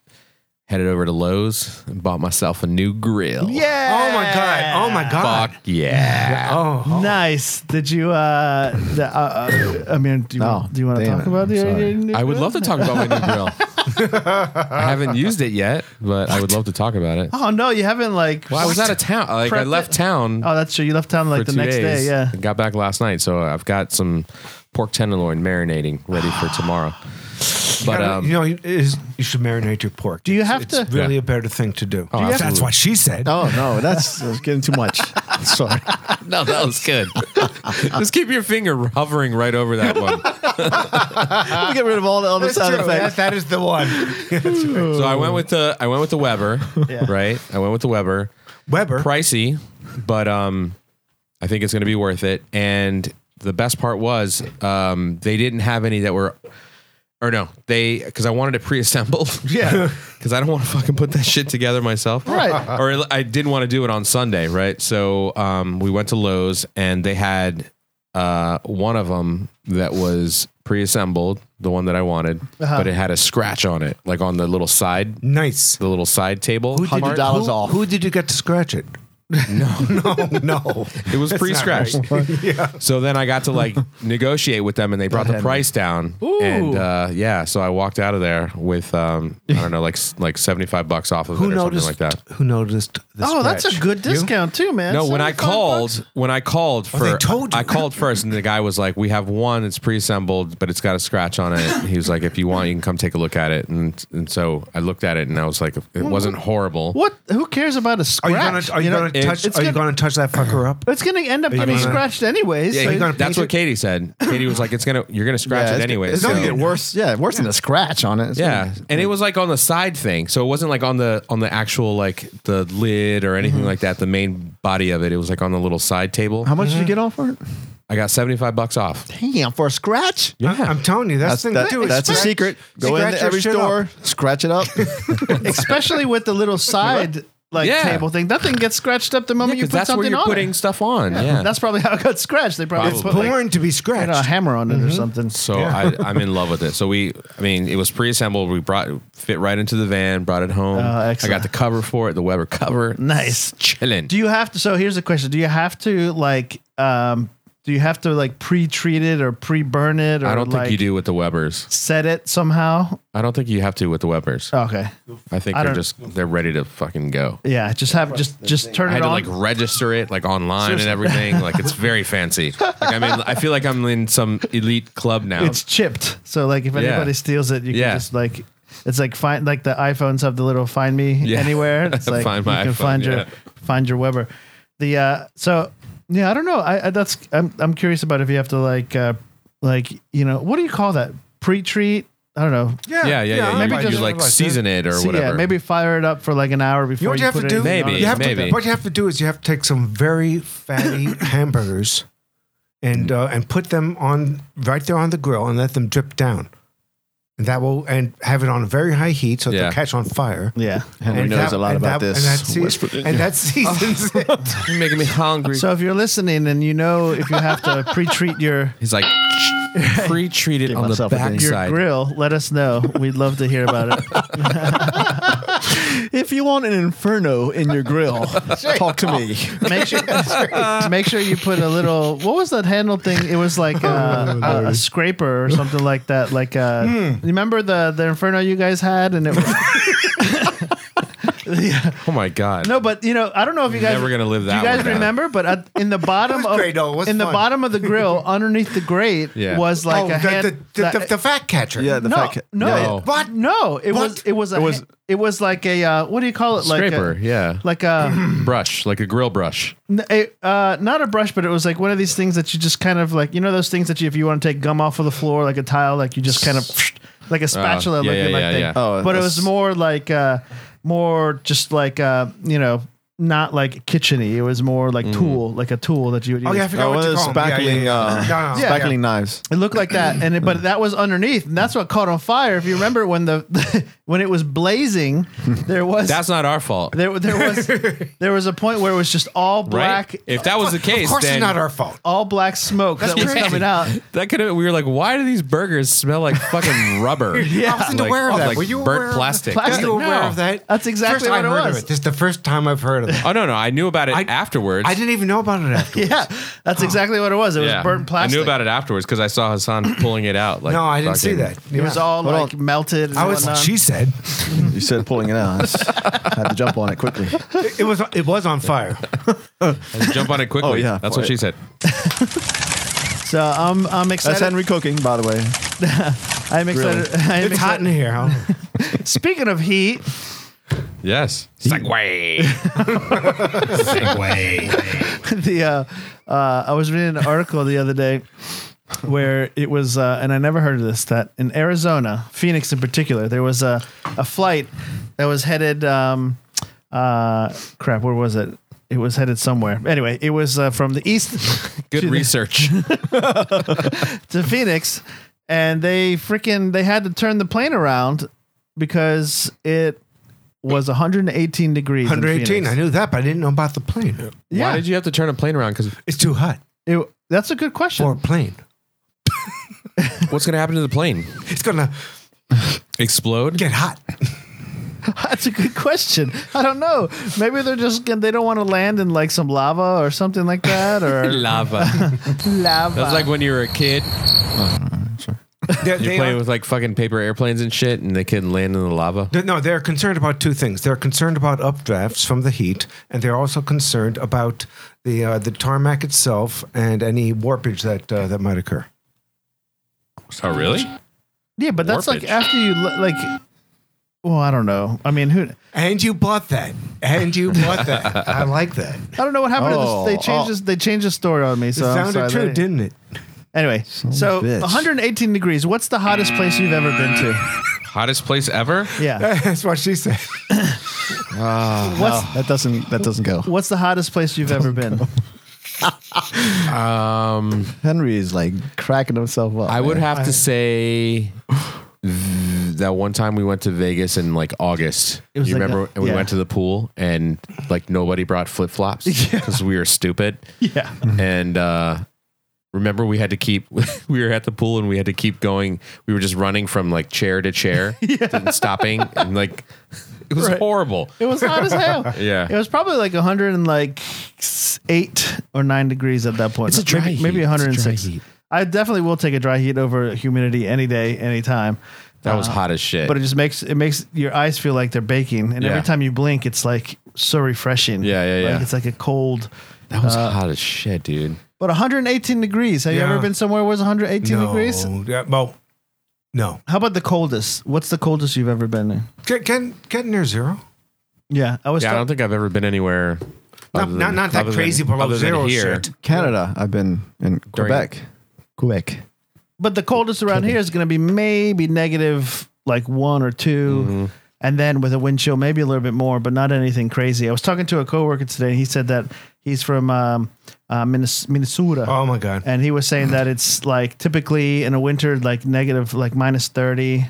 Speaker 3: headed over to Lowe's and bought myself a new grill.
Speaker 5: Yeah.
Speaker 4: Oh my god! Oh my god!
Speaker 3: Fuck yeah.
Speaker 4: Oh, oh.
Speaker 5: Nice. Did you? uh, the, uh, uh I mean, do you,
Speaker 1: No,
Speaker 5: do you want to
Speaker 1: damn
Speaker 5: talk
Speaker 1: it.
Speaker 5: about the?
Speaker 1: Sorry.
Speaker 3: I would love to talk about my new grill. I haven't used it yet, but I would love to talk about it.
Speaker 5: Oh no, you haven't like.
Speaker 3: Well, I was out of town. Like I
Speaker 5: Prepped
Speaker 3: left
Speaker 5: it?
Speaker 3: town
Speaker 5: Oh, that's true. You left town
Speaker 3: for
Speaker 5: like the
Speaker 3: two
Speaker 5: next
Speaker 3: days.
Speaker 5: day. Yeah.
Speaker 3: and got back last night, so I've got some pork tenderloin marinating ready for tomorrow. But
Speaker 4: Gotta-
Speaker 3: um,
Speaker 4: you know, it is, you should marinate your pork. Do
Speaker 5: you have
Speaker 4: it's It's
Speaker 5: to-
Speaker 4: really
Speaker 3: Yeah.
Speaker 4: a better thing to do.
Speaker 3: you have-
Speaker 4: That's what she said.
Speaker 1: Oh no, that's, that's getting too much. Sorry.
Speaker 3: no, that was good. Just keep your finger hovering right over that one.
Speaker 1: Let me get rid of all the other
Speaker 4: That's
Speaker 1: side
Speaker 4: true.
Speaker 1: effects.
Speaker 4: That- that is the one.
Speaker 3: So I went with the I went with the Weber,
Speaker 5: Yeah.
Speaker 3: right? I went with the Weber.
Speaker 4: Weber.
Speaker 3: pricey, but um, I think it's going to be worth it. And the best part was um, they didn't have any that were, or no, they because I wanted it pre-assembled. Yeah, because I don't want to fucking put that shit together myself.
Speaker 5: Right.
Speaker 3: Or I didn't want to do it on Sunday, right? So um, we went to Lowe's and they had uh, one of them that was pre-assembled, the one that I wanted, but it had a scratch on it, like on the little side,
Speaker 4: Nice.
Speaker 3: the little side table.
Speaker 1: did
Speaker 3: part.
Speaker 1: that? Dollars
Speaker 4: who,
Speaker 1: off.
Speaker 4: who did you get to scratch it? No, no, no.
Speaker 3: It was
Speaker 4: That's not
Speaker 3: pre-scratched. So then I got to like negotiate with them, and they brought the price down. And uh, yeah, so I walked out of there with um, I don't know, like s- like seventy five bucks off of
Speaker 4: Who
Speaker 3: it or
Speaker 4: noticed?
Speaker 3: something like that.
Speaker 4: Who noticed? The
Speaker 5: Oh, that's a
Speaker 4: scratch?
Speaker 5: good discount too, man.
Speaker 3: No, when I
Speaker 5: 75
Speaker 3: called,
Speaker 5: bucks.
Speaker 3: when I called for,
Speaker 4: they told you.
Speaker 3: I called first, and the guy was like, "We have one. It's pre-assembled, but it's got a scratch on it." He was like, "If you want, you can come take a look at it." And and so I looked at it, and I was like, "It wasn't horrible."
Speaker 5: What? Who cares about a
Speaker 4: Are
Speaker 5: scratch?
Speaker 4: you gonna? Are you,
Speaker 5: know?
Speaker 4: gonna touch?
Speaker 5: it's
Speaker 4: Are you
Speaker 5: gonna-
Speaker 4: gonna touch that fucker up?
Speaker 5: It's gonna end up
Speaker 4: you
Speaker 5: getting
Speaker 4: gonna-
Speaker 5: scratched anyways.
Speaker 3: Yeah,
Speaker 5: so-
Speaker 4: you gonna
Speaker 3: that's
Speaker 4: paint
Speaker 3: what
Speaker 4: it?
Speaker 3: Katie said. Katie was like, "It's gonna, you're gonna scratch it anyway."
Speaker 1: It's
Speaker 3: so-
Speaker 1: gonna get worse. Yeah, worse than a scratch on it. It's
Speaker 3: Yeah,
Speaker 1: gonna-
Speaker 3: and it was like on the side thing, so it wasn't like on the on the actual like the lid or anything
Speaker 5: Mm-hmm.
Speaker 3: like that. The main body of it, it was like on the little side table.
Speaker 1: How much did you get off for it?
Speaker 3: I got seventy five bucks off.
Speaker 1: Damn, for a scratch?
Speaker 4: I- I'm telling you,
Speaker 1: That's,
Speaker 4: that's, the thing.
Speaker 1: that-
Speaker 4: to do is
Speaker 1: that's a
Speaker 4: scratch-
Speaker 1: secret. Go
Speaker 4: scratch
Speaker 1: into
Speaker 4: your
Speaker 1: every
Speaker 4: shit up.
Speaker 1: store, scratch it up.
Speaker 5: especially with the little side like
Speaker 3: Yeah.
Speaker 5: table thing. That thing gets scratched up the moment you
Speaker 3: Because
Speaker 5: put
Speaker 3: that's where
Speaker 5: something
Speaker 3: you're
Speaker 5: on
Speaker 3: putting
Speaker 5: it.
Speaker 3: stuff on. Yeah,
Speaker 5: That's probably how it got scratched. They probably
Speaker 3: It's
Speaker 5: put like,
Speaker 4: Born to be
Speaker 5: you know, a
Speaker 4: scratched.
Speaker 5: hammer on it
Speaker 3: Mm-hmm.
Speaker 5: or something.
Speaker 3: so I, I'm in love with it. So we, I mean, it was pre-assembled. We brought fit right into the van, brought it home. I
Speaker 5: Oh, excellent.
Speaker 3: got the cover for it, the Weber cover.
Speaker 5: Nice.
Speaker 3: chilling.
Speaker 5: Do you have to? So here's the question: Do you have to like? um Do you have to like pre-treat it or pre-burn it? Or
Speaker 3: I don't think
Speaker 5: like,
Speaker 3: you do with the Webers.
Speaker 5: Set it somehow.
Speaker 3: I don't think you have to with the Webers.
Speaker 5: Okay.
Speaker 3: I think
Speaker 5: Oh, I
Speaker 3: they're
Speaker 5: don't-
Speaker 3: just they're ready to fucking go.
Speaker 5: Yeah. Just have just just turn
Speaker 3: I
Speaker 5: it
Speaker 3: had to
Speaker 5: on.
Speaker 3: like register it like online and everything. Like it's very fancy. Like I mean, I feel like I'm in some elite club now.
Speaker 5: it's chipped. So like if anybody steals it, you
Speaker 3: Yeah.
Speaker 5: can just like it's like find like the iPhones have the little find me
Speaker 3: Yeah.
Speaker 5: anywhere. It's like
Speaker 3: Find my
Speaker 5: you can
Speaker 3: iPhone,
Speaker 5: find your
Speaker 3: yeah.
Speaker 5: find your Weber. The uh so yeah, I don't know. I, I that's I'm I'm curious about if you have to like uh like you know what do you call that pre treat. I don't know.
Speaker 3: yeah, yeah, yeah.
Speaker 4: I
Speaker 3: You,
Speaker 4: like
Speaker 3: you
Speaker 4: that.
Speaker 3: like season it or
Speaker 5: So,
Speaker 3: whatever.
Speaker 5: Yeah, maybe fire it up for like an hour before
Speaker 4: You know what you have
Speaker 5: put
Speaker 4: to do?
Speaker 5: anything on
Speaker 3: Maybe,
Speaker 5: it.
Speaker 4: You have
Speaker 3: maybe.
Speaker 4: To, what you have to do is you have to take some very fatty hamburgers and uh, and put them on right there on the grill and let them drip down. And that will and have it on very high heat so
Speaker 3: Yeah.
Speaker 4: they'll catch on fire.
Speaker 5: Yeah.
Speaker 1: Henry
Speaker 4: And
Speaker 1: knows
Speaker 4: that-
Speaker 1: a lot
Speaker 4: and
Speaker 1: about
Speaker 4: that-
Speaker 1: this.
Speaker 4: And that,
Speaker 1: West
Speaker 4: seasons,
Speaker 1: Virginia.
Speaker 4: and that seasons it.
Speaker 3: You're making me hungry.
Speaker 5: So if you're listening and you know if you have to pre-treat your
Speaker 3: He's like pre-treated on the
Speaker 1: myself a thing.
Speaker 5: your
Speaker 3: backside.
Speaker 5: grill, let us know. We'd love to hear about it.
Speaker 1: if you want an inferno in your grill, talk to me.
Speaker 5: make sure make sure you put a little what was that handle thing it was like uh, a, a scraper or something like that like uh
Speaker 1: Hmm.
Speaker 5: remember the the inferno you guys had and it was
Speaker 3: Oh my god.
Speaker 5: no but you know i don't know if you guys
Speaker 3: Never gonna live that
Speaker 5: do you guys
Speaker 3: one down.
Speaker 5: remember but at, in the bottom
Speaker 4: was
Speaker 5: of
Speaker 4: great, though. It was
Speaker 5: in the
Speaker 4: fun.
Speaker 5: bottom of the grill underneath the grate
Speaker 3: Yeah.
Speaker 5: was like
Speaker 4: oh,
Speaker 5: a
Speaker 4: the,
Speaker 5: hand
Speaker 4: the, the,
Speaker 5: that-
Speaker 4: the, the fat catcher.
Speaker 1: Yeah, the
Speaker 5: no,
Speaker 1: fact.
Speaker 5: no,
Speaker 1: yeah,
Speaker 3: No.
Speaker 1: yeah.
Speaker 4: What?
Speaker 5: no! It was
Speaker 4: What?
Speaker 5: it was a it was,
Speaker 1: was-
Speaker 5: it was like a uh, what do you call it?
Speaker 3: Scraper,
Speaker 5: like a,
Speaker 3: yeah.
Speaker 5: like um, a
Speaker 3: brush, like a grill brush.
Speaker 5: N- it, uh, not a brush, but it was like one of these things that you just kind of like, you know, those things that you, if you want to take gum off of the floor, like a tile, like you just kind of, like a spatula
Speaker 3: uh, yeah,
Speaker 5: looking
Speaker 3: yeah,
Speaker 5: like
Speaker 3: yeah,
Speaker 5: thing.
Speaker 3: yeah.
Speaker 1: Oh,
Speaker 5: but it was
Speaker 1: that's-
Speaker 5: more like, uh, more just like, uh, you know, not like kitcheny. It was more
Speaker 3: Mm.
Speaker 5: like tool, like a tool that you would use.
Speaker 4: Oh yeah, I forgot
Speaker 1: Oh,
Speaker 4: what
Speaker 1: one
Speaker 4: to
Speaker 1: of
Speaker 4: call
Speaker 1: those
Speaker 4: 'em. Yeah, yeah,
Speaker 1: spackling,
Speaker 4: yeah.
Speaker 1: uh,
Speaker 4: No, no, no.
Speaker 1: spackling knives.
Speaker 5: It looked like that, and it, but that was underneath, and that's what caught on fire. If you remember when the when it was blazing, there was
Speaker 3: That's not our fault,
Speaker 5: there there was there was a point where it was just all
Speaker 3: right?
Speaker 5: black,
Speaker 3: If that was the case,
Speaker 4: Of course,
Speaker 3: then
Speaker 4: it's not our fault.
Speaker 5: all black smoke that was
Speaker 3: Yeah.
Speaker 5: coming out.
Speaker 3: That could have. We were like, why do these burgers smell like fucking rubber? yeah,
Speaker 4: I wasn't aware of that.
Speaker 3: Like
Speaker 4: Were you
Speaker 3: burnt
Speaker 4: aware of that?
Speaker 3: plastic?
Speaker 5: Plastic.
Speaker 4: Are you aware
Speaker 3: No.
Speaker 4: of that?
Speaker 5: That's
Speaker 4: first
Speaker 5: exactly what
Speaker 4: I
Speaker 5: it
Speaker 4: heard
Speaker 5: was.
Speaker 4: Of it. This is the first time I've heard of it.
Speaker 3: Oh no, no, I knew about it
Speaker 4: I-
Speaker 3: afterwards.
Speaker 4: I didn't even know about it afterwards.
Speaker 5: Yeah, that's exactly what it was. It was burnt plastic.
Speaker 3: I knew about it afterwards because I saw Hassan pulling it out. Like,
Speaker 4: No, I didn't see that.
Speaker 3: fucking-
Speaker 5: It was
Speaker 4: Yeah.
Speaker 5: all
Speaker 1: Hold
Speaker 5: like melted. And
Speaker 4: I was.
Speaker 5: whatnot.
Speaker 4: She said
Speaker 1: You said pulling it out. I just had to jump on it quickly.
Speaker 4: it, it was. It was on fire.
Speaker 3: Jump on it quickly.
Speaker 1: Oh, yeah.
Speaker 3: that's what she said.
Speaker 5: So I'm I'm
Speaker 1: That's
Speaker 5: excited.
Speaker 1: Henry cooking, by the way.
Speaker 5: I'm excited. I'm
Speaker 4: it's
Speaker 5: excited.
Speaker 4: hot in here. Huh?
Speaker 5: Speaking of heat,
Speaker 3: Yes. Segway.
Speaker 5: the uh, uh, I was reading an article the other day where it was, uh, and I never heard of this. That in Arizona, Phoenix in particular, there was a a flight that was headed. Um, uh, crap, where was it? It was headed somewhere. Anyway, it was uh, from the east
Speaker 3: Good
Speaker 5: She-
Speaker 3: research.
Speaker 5: to Phoenix, and they freaking they had to turn the plane around because it was 118 degrees. in
Speaker 4: 118.
Speaker 5: Phoenix.
Speaker 4: I knew that, but I didn't know about the plane.
Speaker 5: Yeah,
Speaker 3: Why did you have to turn a plane around? Because
Speaker 4: It's too hot
Speaker 5: It- that's a good question.
Speaker 4: for a plane.
Speaker 3: what's going to happen to the plane?
Speaker 4: It's gonna
Speaker 3: Explode?
Speaker 4: get hot.
Speaker 5: That's a good question. I don't know. Maybe they're just gonna- they don't want to land in like some lava or something like that or
Speaker 3: Lava.
Speaker 5: lava.
Speaker 3: That's like when you were a kid. You're
Speaker 4: They're, they
Speaker 3: playing
Speaker 4: are-
Speaker 3: with like fucking paper airplanes and shit, and the kid landed in the lava.
Speaker 4: they're- no, they're concerned about two things. They're concerned about updrafts from the heat, and they're also concerned about the uh, the tarmac itself and any warpage that uh, that might occur.
Speaker 3: Oh, really?
Speaker 5: yeah, but that's like
Speaker 3: warpage.
Speaker 5: after you li- like. Well, I don't know. I mean, who?
Speaker 4: And you bought that. And you bought that. I like that.
Speaker 5: I don't know what happened.
Speaker 1: Oh,
Speaker 5: to this. They changed
Speaker 1: oh.
Speaker 5: this. They changed the story on me.
Speaker 4: It
Speaker 5: So I'm
Speaker 4: sounded
Speaker 5: sorry.
Speaker 4: true,
Speaker 5: They-
Speaker 4: didn't it?
Speaker 5: Anyway, so
Speaker 1: bitch.
Speaker 5: 118 degrees. What's the hottest place you've ever been to?
Speaker 3: Hottest place ever?
Speaker 5: Yeah.
Speaker 4: That's what she said.
Speaker 5: What's
Speaker 1: That doesn't. That doesn't go.
Speaker 5: What's the hottest place you've ever been?
Speaker 1: Henry is like cracking himself up.
Speaker 3: I would
Speaker 1: man.
Speaker 3: have to say that one time we went to Vegas in like August.
Speaker 5: It was
Speaker 3: you
Speaker 5: like
Speaker 3: remember?
Speaker 5: that-
Speaker 3: and we
Speaker 5: yeah.
Speaker 3: went to the pool and like nobody brought flip flops because we were stupid.
Speaker 5: yeah.
Speaker 3: and uh, remember we had to keep we were at the pool and we had to keep going we were just running from like chair to chair and stopping and like it was
Speaker 5: Right.
Speaker 3: horrible
Speaker 5: It was hot as hell.
Speaker 3: Yeah.
Speaker 5: It was probably like 100 and like s- eight or nine degrees at that point.
Speaker 3: It's a dry
Speaker 5: maybe,
Speaker 3: heat.
Speaker 5: maybe
Speaker 3: It's a
Speaker 5: 106.
Speaker 3: dry heat.
Speaker 5: I definitely will take a dry heat over humidity any day, any time. Uh,
Speaker 3: that was hot as shit
Speaker 5: But it just makes it makes your eyes feel like they're baking, and
Speaker 3: Yeah.
Speaker 5: every time you blink, it's like so refreshing.
Speaker 3: Yeah, yeah, yeah.
Speaker 5: Like it's like a cold.
Speaker 3: that was
Speaker 5: uh,
Speaker 3: hot as shit dude
Speaker 5: But 118 degrees. Have you
Speaker 4: Yeah.
Speaker 5: ever been somewhere where it's 118 degrees?
Speaker 4: Yeah, well, no.
Speaker 5: How about the coldest? What's the coldest you've ever been in?
Speaker 4: Get, get, get near zero.
Speaker 5: Yeah, I was.
Speaker 3: yeah i don't think i've ever been anywhere
Speaker 4: Not,
Speaker 3: other than-
Speaker 4: not, not that
Speaker 3: other than-
Speaker 4: crazy below
Speaker 3: other than
Speaker 4: zero
Speaker 3: here.
Speaker 4: shit.
Speaker 1: Canada. I've been in
Speaker 3: During-
Speaker 1: Quebec. Quebec.
Speaker 5: But the coldest around here is going to be maybe negative like one or 2
Speaker 3: Mm-hmm.
Speaker 5: And then with a wind chill, maybe a little bit more, but not anything crazy. I was talking to a coworker today, and he said that he's from um, uh, Minnes- Minnesota.
Speaker 4: Oh my God.
Speaker 5: And he was saying that it's like typically in a winter, like negative, like minus 30,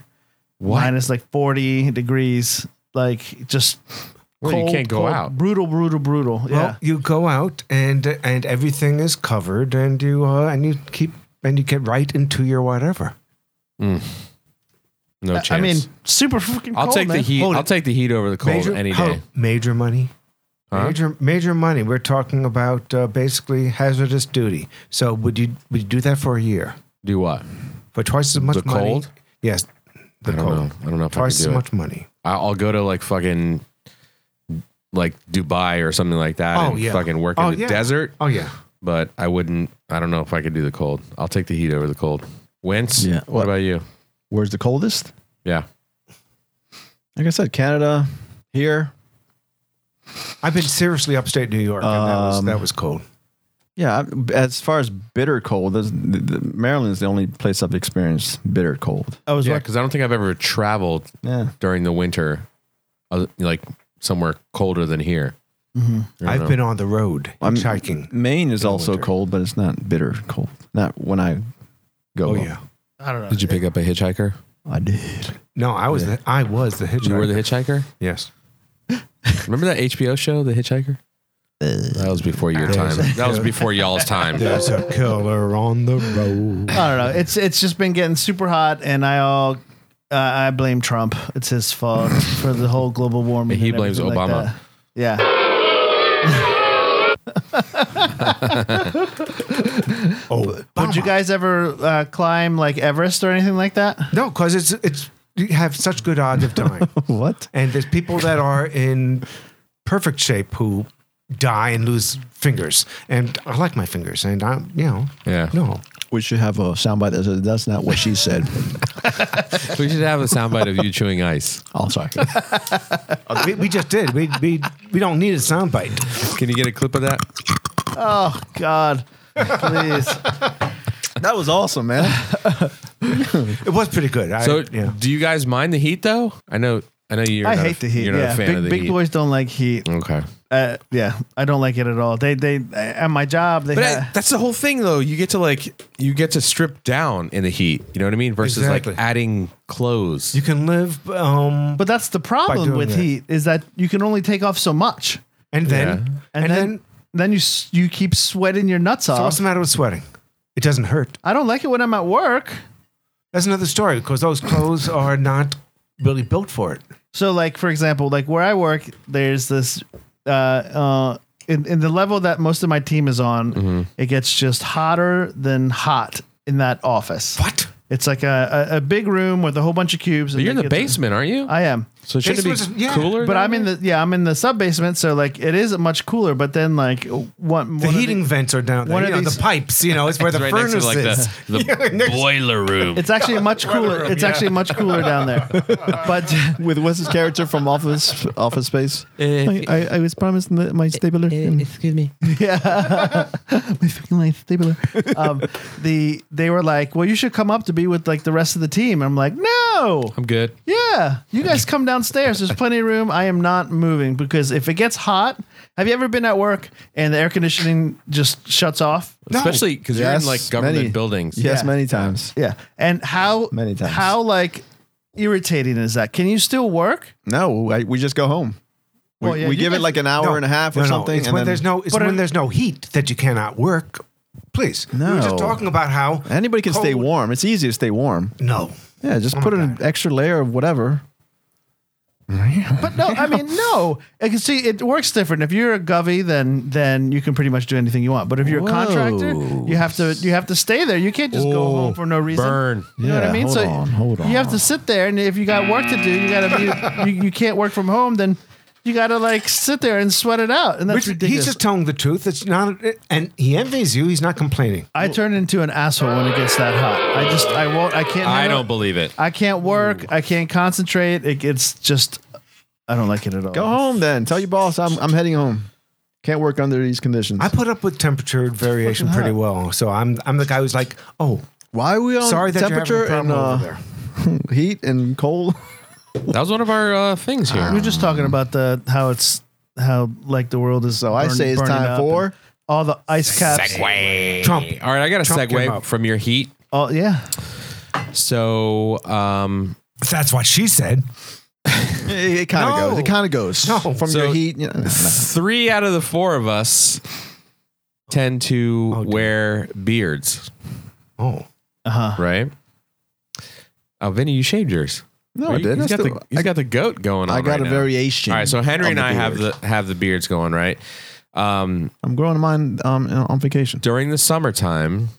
Speaker 5: minus like 40 degrees. Like just
Speaker 3: Well, you can't go out.
Speaker 5: Brutal, brutal, brutal. yeah.
Speaker 4: Well, you go out and and everything is covered, and you uh, and you keep and you get right into your whatever.
Speaker 3: no chance
Speaker 5: I mean, super freaking cold.
Speaker 3: i'll take
Speaker 5: man.
Speaker 3: the heat
Speaker 5: Hold
Speaker 3: i'll
Speaker 5: it.
Speaker 3: take the heat over the cold any day
Speaker 4: how- major money. Major major money. We're talking about uh, basically hazardous duty. So would you would you do that for a year
Speaker 3: do what
Speaker 4: for twice as much money?
Speaker 3: cold?
Speaker 4: Yes, the
Speaker 3: i don't
Speaker 4: cold.
Speaker 3: know i don't know if
Speaker 4: Twice
Speaker 3: i
Speaker 4: as
Speaker 3: can do it
Speaker 4: much money.
Speaker 3: I- i'll go to like fucking like dubai or something like that
Speaker 4: Oh,
Speaker 3: and
Speaker 4: yeah.
Speaker 3: fucking work
Speaker 4: Oh,
Speaker 3: in the
Speaker 4: yeah.
Speaker 3: desert
Speaker 4: Oh yeah.
Speaker 3: but I wouldn't. I don't know if I could do the cold. I'll take the heat over the cold. Wince.
Speaker 1: Yeah.
Speaker 3: What about you?
Speaker 1: Where's the coldest?
Speaker 3: Yeah.
Speaker 1: Like I said, Canada. Here.
Speaker 4: I've been seriously upstate New York, and that, was,
Speaker 1: Um,
Speaker 4: that was cold.
Speaker 1: Yeah. I- As far as bitter cold, there's- the, the, Maryland's the only place I've experienced bitter cold.
Speaker 5: I was
Speaker 3: Yeah.
Speaker 5: lucky-
Speaker 3: Because I don't think I've ever traveled
Speaker 1: Yeah.
Speaker 3: during the winter, uh, like somewhere colder than here.
Speaker 4: I've been on the road
Speaker 1: I'm-
Speaker 4: hitchhiking.
Speaker 1: Maine is also cold, but it's not bitter cold. Not when I go.
Speaker 4: Oh
Speaker 1: up.
Speaker 4: yeah.
Speaker 5: I don't know.
Speaker 3: Did you pick up a hitchhiker?
Speaker 1: I did.
Speaker 4: No, I was the, I was the hitchhiker.
Speaker 3: You were the hitchhiker.
Speaker 4: yes.
Speaker 3: Remember that HBO show, The Hitchhiker?
Speaker 5: Uh,
Speaker 3: That was before your time. That was before y'all's time.
Speaker 4: There's a killer on the road.
Speaker 5: I don't know. It's it's just been getting super hot, and I all uh, I blame Trump. It's his fault for the whole global warming.
Speaker 3: He
Speaker 5: and
Speaker 3: blames
Speaker 5: everything like
Speaker 3: Obama.
Speaker 5: that. yeah,
Speaker 4: Oh,
Speaker 5: would you guys ever uh, climb like Everest or anything like that?
Speaker 4: No, because it's it's you have such good odds of dying,
Speaker 1: What?
Speaker 4: and there's people that are in perfect shape who die and lose fingers, and I like my fingers, and I'm you know
Speaker 3: Yeah.
Speaker 4: no.
Speaker 1: We should have a soundbite that says that's not what she said.
Speaker 3: We should have a soundbite of you chewing ice.
Speaker 1: oh, sorry.
Speaker 4: Uh, We, we just did. We, we we don't need a soundbite.
Speaker 3: Can you get a clip of that?
Speaker 5: Oh God, please.
Speaker 1: that was awesome, man.
Speaker 4: It was pretty good. I,
Speaker 3: So,
Speaker 4: yeah.
Speaker 3: do you guys mind the heat though? I know, I know you're.
Speaker 5: I
Speaker 3: not a-
Speaker 5: hate the heat.
Speaker 3: You're not
Speaker 5: yeah,
Speaker 3: a fan
Speaker 5: big,
Speaker 3: of the
Speaker 5: big
Speaker 3: heat.
Speaker 5: boys don't like heat.
Speaker 3: Okay,
Speaker 5: Uh, yeah, I don't like it at all. They they at my job they.
Speaker 3: but
Speaker 5: ha-
Speaker 3: I- that's the whole thing though. You get to like, you get to strip down in the heat. You know what I mean? Versus
Speaker 4: Exactly.
Speaker 3: like adding clothes.
Speaker 4: you can live, um,
Speaker 5: but that's the problem
Speaker 4: doing
Speaker 5: with
Speaker 4: that.
Speaker 5: heat is that you can only take off so much,
Speaker 4: and then
Speaker 3: Yeah.
Speaker 5: and, then, then you s- you keep sweating your nuts
Speaker 4: so
Speaker 5: off.
Speaker 4: what's the matter with sweating? It doesn't hurt.
Speaker 5: I don't like it when I'm at work.
Speaker 4: That's another story because those clothes are not really built for it.
Speaker 5: So, like for example, like where I work, there's this uh, uh, in in the level that most of my team is on.
Speaker 3: Mm-hmm.
Speaker 5: It gets just hotter than hot in that office.
Speaker 4: What?
Speaker 5: It's like a, a, a big room with a whole bunch of cubes.
Speaker 3: But
Speaker 5: and
Speaker 3: you're in
Speaker 5: they
Speaker 3: the
Speaker 5: get to-
Speaker 3: basement, aren't you?
Speaker 5: I am.
Speaker 3: so shouldn't it
Speaker 4: Basement's-
Speaker 3: be
Speaker 4: yeah.
Speaker 3: cooler?
Speaker 5: But
Speaker 3: down
Speaker 5: I'm in the yeah, I'm in the sub basement, so like it is much cooler. But then like one one
Speaker 4: The
Speaker 5: of
Speaker 4: heating vents are down there.
Speaker 5: one
Speaker 4: You
Speaker 5: of
Speaker 4: know,
Speaker 5: these-
Speaker 4: the pipes, you know, it's where the
Speaker 3: right next
Speaker 4: furnace
Speaker 3: to like
Speaker 4: is.
Speaker 3: the, the boiler room.
Speaker 5: it's actually much cooler.
Speaker 4: room,
Speaker 5: it's
Speaker 4: yeah.
Speaker 5: actually much cooler down there. But
Speaker 1: With what's his character from Office Office Space?
Speaker 3: Eh,
Speaker 5: I, I was promised my stapler.
Speaker 2: Excuse me.
Speaker 5: my fucking life stapler. Um, the they were like, well, you should come up to be with like the rest of the team. I'm like, no,
Speaker 3: I'm good.
Speaker 5: yeah, you guys come downstairs. There's plenty of room. I am not moving because if it gets hot, have you ever been at work and the air conditioning just shuts off?
Speaker 3: Especially because you're in like government
Speaker 1: many-
Speaker 3: buildings.
Speaker 1: Yes,
Speaker 5: Yeah.
Speaker 1: many times.
Speaker 5: Yeah, and how
Speaker 1: Many times.
Speaker 5: how like irritating is that? Can you still work?
Speaker 1: No, I, we just go home. We,
Speaker 5: Well, yeah,
Speaker 1: we
Speaker 5: you
Speaker 1: give
Speaker 5: guys-
Speaker 1: it like an hour and a half or
Speaker 4: No, no,
Speaker 1: something.
Speaker 4: It's
Speaker 1: and
Speaker 4: when
Speaker 1: then
Speaker 4: there's no it's
Speaker 5: But
Speaker 4: when
Speaker 5: I-
Speaker 4: there's no heat that you cannot work. Please. We were
Speaker 1: No.
Speaker 4: just talking about how
Speaker 1: anybody can stay
Speaker 4: cold-
Speaker 1: warm. It's easy to stay warm.
Speaker 4: No.
Speaker 1: Yeah,
Speaker 4: Oh
Speaker 1: just put an extra layer of whatever.
Speaker 5: But no, I mean no. I can see it works different. If you're a govy, then then you can pretty much do anything you want. But if you're a contractor, you have to you have to stay there. You can't just go
Speaker 3: Oh,
Speaker 5: home for no reason.
Speaker 3: burn.
Speaker 5: You know what I
Speaker 1: Yeah,
Speaker 5: mean?
Speaker 1: hold
Speaker 5: so
Speaker 1: on, hold
Speaker 5: you have
Speaker 1: on.
Speaker 5: to sit there, and if you got work to do, you gotta be, you, you can't work from home. Then you gotta like sit there and sweat it out, and that's
Speaker 4: Which-
Speaker 5: ridiculous.
Speaker 4: He's just telling the truth. It's not and he envies you. He's not complaining.
Speaker 5: I turn into an asshole when it gets that hot. I just I won't. I can't.
Speaker 3: I
Speaker 5: handle
Speaker 3: don't
Speaker 5: it.
Speaker 3: believe it.
Speaker 5: I can't work. I can't concentrate. It, it's just I don't like it at all.
Speaker 1: Go home then. Tell your boss I'm I'm heading home. Can't work under these conditions.
Speaker 4: I put up with temperature variation pretty well. So I'm I'm the guy who's like, "Oh,
Speaker 1: Why are we on
Speaker 4: sorry that
Speaker 1: Um, temperature
Speaker 4: you're having a
Speaker 1: and
Speaker 4: problem
Speaker 1: uh,
Speaker 4: over there."
Speaker 1: heat and cold?
Speaker 3: That was one of our uh, things here.
Speaker 5: We We're just talking about the how it's how like the world is. So
Speaker 1: I say it's time for-
Speaker 5: all the ice
Speaker 1: Ah.
Speaker 5: caps.
Speaker 4: Trump.
Speaker 3: All right, I got a
Speaker 4: Trump came
Speaker 3: segue
Speaker 4: up.
Speaker 3: from your heat.
Speaker 5: All yeah.
Speaker 3: So, um,
Speaker 4: That's what she said.
Speaker 1: It, it kind of
Speaker 4: No.
Speaker 1: goes. It kind of goes.
Speaker 4: No.
Speaker 1: from
Speaker 3: So-
Speaker 1: your heat. You know, no, no.
Speaker 3: three out of the four of us tend to
Speaker 4: Oh, dear.
Speaker 3: wear beards,
Speaker 4: Oh.
Speaker 5: uh-huh.
Speaker 3: right? Oh, Vinny, you shaved yours.
Speaker 1: No,
Speaker 3: Or
Speaker 1: I
Speaker 3: you-
Speaker 1: didn't.
Speaker 3: He's
Speaker 1: I
Speaker 3: got,
Speaker 1: still-
Speaker 3: the, he's
Speaker 1: I-
Speaker 3: got the goat going on.
Speaker 1: I got
Speaker 3: right
Speaker 1: a
Speaker 3: now.
Speaker 1: variation.
Speaker 3: All right, so Henry
Speaker 1: of
Speaker 3: and
Speaker 1: the
Speaker 3: I have
Speaker 1: beard.
Speaker 3: the have the beards going, right? Um,
Speaker 1: I'm growing mine um, on vacation.
Speaker 3: during the summertime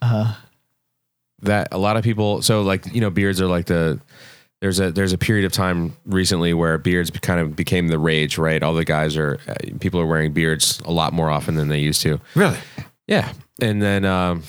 Speaker 3: that a lot of people so like you know beards are like the there's a there's a period of time recently where beards be- kind of became the rage right all the guys are uh, people are wearing beards a lot more often than they used to
Speaker 4: Really?
Speaker 3: yeah and then um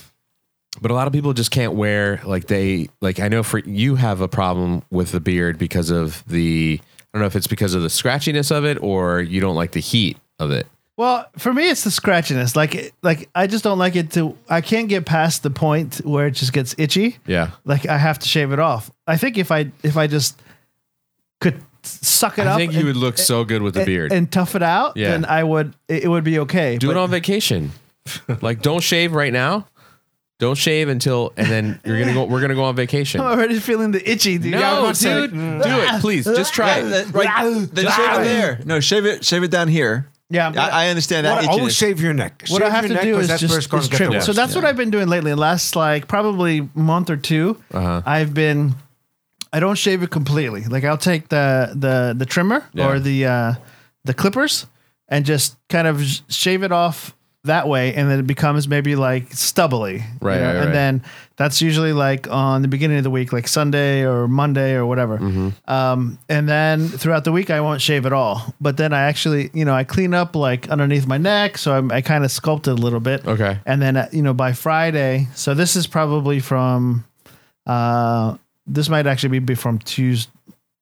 Speaker 3: but a lot of people just can't wear like they like i know for you have a problem with the beard because of the i don't know if it's because of the scratchiness of it or you don't like the heat of it
Speaker 5: Well, for me, it's the scratchiness. Like it- like I just don't like it to. I can't get past the point where it just gets itchy.
Speaker 3: yeah
Speaker 5: Like I have to shave it off. I think if I if I just could suck it
Speaker 3: I
Speaker 5: up.
Speaker 3: think you
Speaker 5: and-
Speaker 3: would look so good with a
Speaker 5: and-
Speaker 3: beard.
Speaker 5: and tough it out,
Speaker 3: Yeah.
Speaker 5: then I would. It, it would be okay.
Speaker 3: Do
Speaker 5: but
Speaker 3: it on vacation. like don't shave right now. Don't shave until and then you're gonna go. We're gonna go on vacation.
Speaker 5: I'm already feeling the itchy, dude.
Speaker 4: Oh, I
Speaker 3: No,
Speaker 4: would say-
Speaker 3: dude, do it, please. Just try
Speaker 1: Yeah, that-
Speaker 3: it.
Speaker 1: right, then shave it there. No, shave it. Shave it down here.
Speaker 5: Yeah, but-
Speaker 1: I, I understand that.
Speaker 4: What,
Speaker 1: itchiness.
Speaker 4: always shave your neck.
Speaker 5: what
Speaker 4: shave
Speaker 5: I have
Speaker 4: your
Speaker 5: to
Speaker 4: neck,
Speaker 5: do
Speaker 4: 'cause
Speaker 5: is
Speaker 4: that's where it's
Speaker 5: just
Speaker 4: going
Speaker 5: is
Speaker 4: to get
Speaker 5: trim.
Speaker 4: the
Speaker 5: it. So
Speaker 4: worst.
Speaker 5: that's what I've been doing lately. Last like probably month or 2
Speaker 4: Uh-huh.
Speaker 5: I've been. I don't shave it completely. Like I'll take the the the trimmer
Speaker 3: Yeah.
Speaker 5: or the uh, the clippers and just kind of sh- shave it off that way, and then it becomes maybe like stubbly,
Speaker 3: Right, right,
Speaker 5: and
Speaker 3: right.
Speaker 5: then that's usually like on the beginning of the week, like Sunday or Monday or whatever.
Speaker 3: Mm-hmm.
Speaker 5: Um, and then throughout the week, I won't shave at all. But then I actually, you know, I clean up like underneath my neck, so I'm, I kind of sculpt it a little bit.
Speaker 3: Okay.
Speaker 5: And then uh, you know by Friday, so this is probably from, uh, this might actually be- be from Tuesday.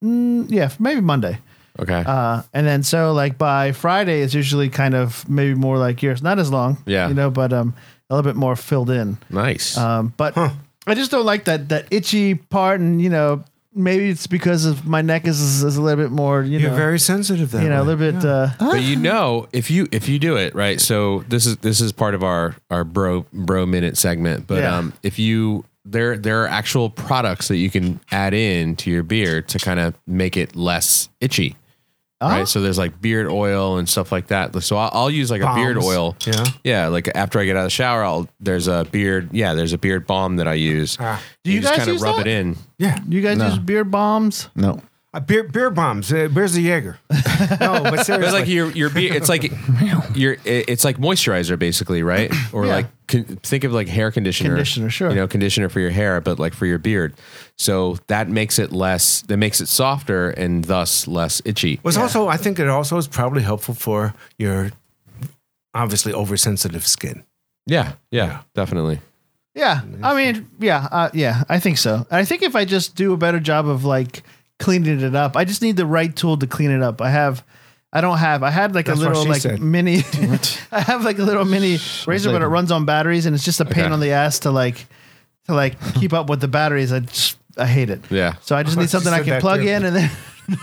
Speaker 5: Mm, yeah, maybe Monday.
Speaker 3: Okay.
Speaker 5: Uh, and then so like by Friday, it's usually kind of maybe more like yours, not as long.
Speaker 3: Yeah.
Speaker 5: You know, but um, a little bit more filled in.
Speaker 3: nice.
Speaker 5: Um, but I just don't like that that itchy part, and you know, maybe it's because of my neck is is a little bit more, you
Speaker 4: You're
Speaker 5: know,
Speaker 4: very sensitive that
Speaker 5: you know, a
Speaker 4: way.
Speaker 5: little bit. Uh,
Speaker 3: but you know, if you if you do it right, so this is this is part of our our bro bro minute segment. But
Speaker 5: Yeah.
Speaker 3: um, if you there there are actual products that you can add in to your beard to kind of make it less itchy.
Speaker 4: Ah.
Speaker 3: Right, so there's like beard oil and stuff like that. So I'll, I'll use like a beard
Speaker 4: Balms.
Speaker 3: oil.
Speaker 4: Yeah.
Speaker 3: yeah. Like after I get out of the shower, I'll there's a beard. Yeah, there's a beard balm that I use.
Speaker 4: Ah.
Speaker 5: Do you
Speaker 3: just
Speaker 5: guys
Speaker 3: kinda
Speaker 5: use
Speaker 3: rub
Speaker 5: that?
Speaker 3: it in?
Speaker 4: Yeah.
Speaker 5: you guys use beard bombs?
Speaker 1: No.
Speaker 4: Uh, beer, beer bombs. Uh, where's the Jaeger? no, but seriously.
Speaker 3: It's like your your beard. It's like your it's like moisturizer basically, right? Or
Speaker 5: Yeah.
Speaker 3: like con, think of like hair conditioner,
Speaker 5: Conditioner, sure.
Speaker 3: You know, conditioner for your hair, but like for your beard. So that makes it less. That makes it softer and thus less itchy.
Speaker 4: was also, I think it also is probably helpful for your obviously oversensitive skin.
Speaker 3: Yeah, yeah, definitely.
Speaker 5: Yeah, I mean, yeah, uh, yeah, I think so. I think if I just do a better job of like cleaning it up, I just need the right tool to clean it up. I have, I don't have, I had like
Speaker 4: That's
Speaker 5: a
Speaker 4: what
Speaker 5: little
Speaker 4: she
Speaker 5: like
Speaker 4: said.
Speaker 5: mini, I have like a little mini razor, but it runs on batteries, and it's just a pain
Speaker 3: Okay.
Speaker 5: on the ass to like, to like keep up with the batteries. I just, I hate it.
Speaker 3: Yeah.
Speaker 5: So I just need
Speaker 4: She
Speaker 5: something I
Speaker 4: said
Speaker 5: can
Speaker 4: that
Speaker 5: plug
Speaker 4: too.
Speaker 5: in, and then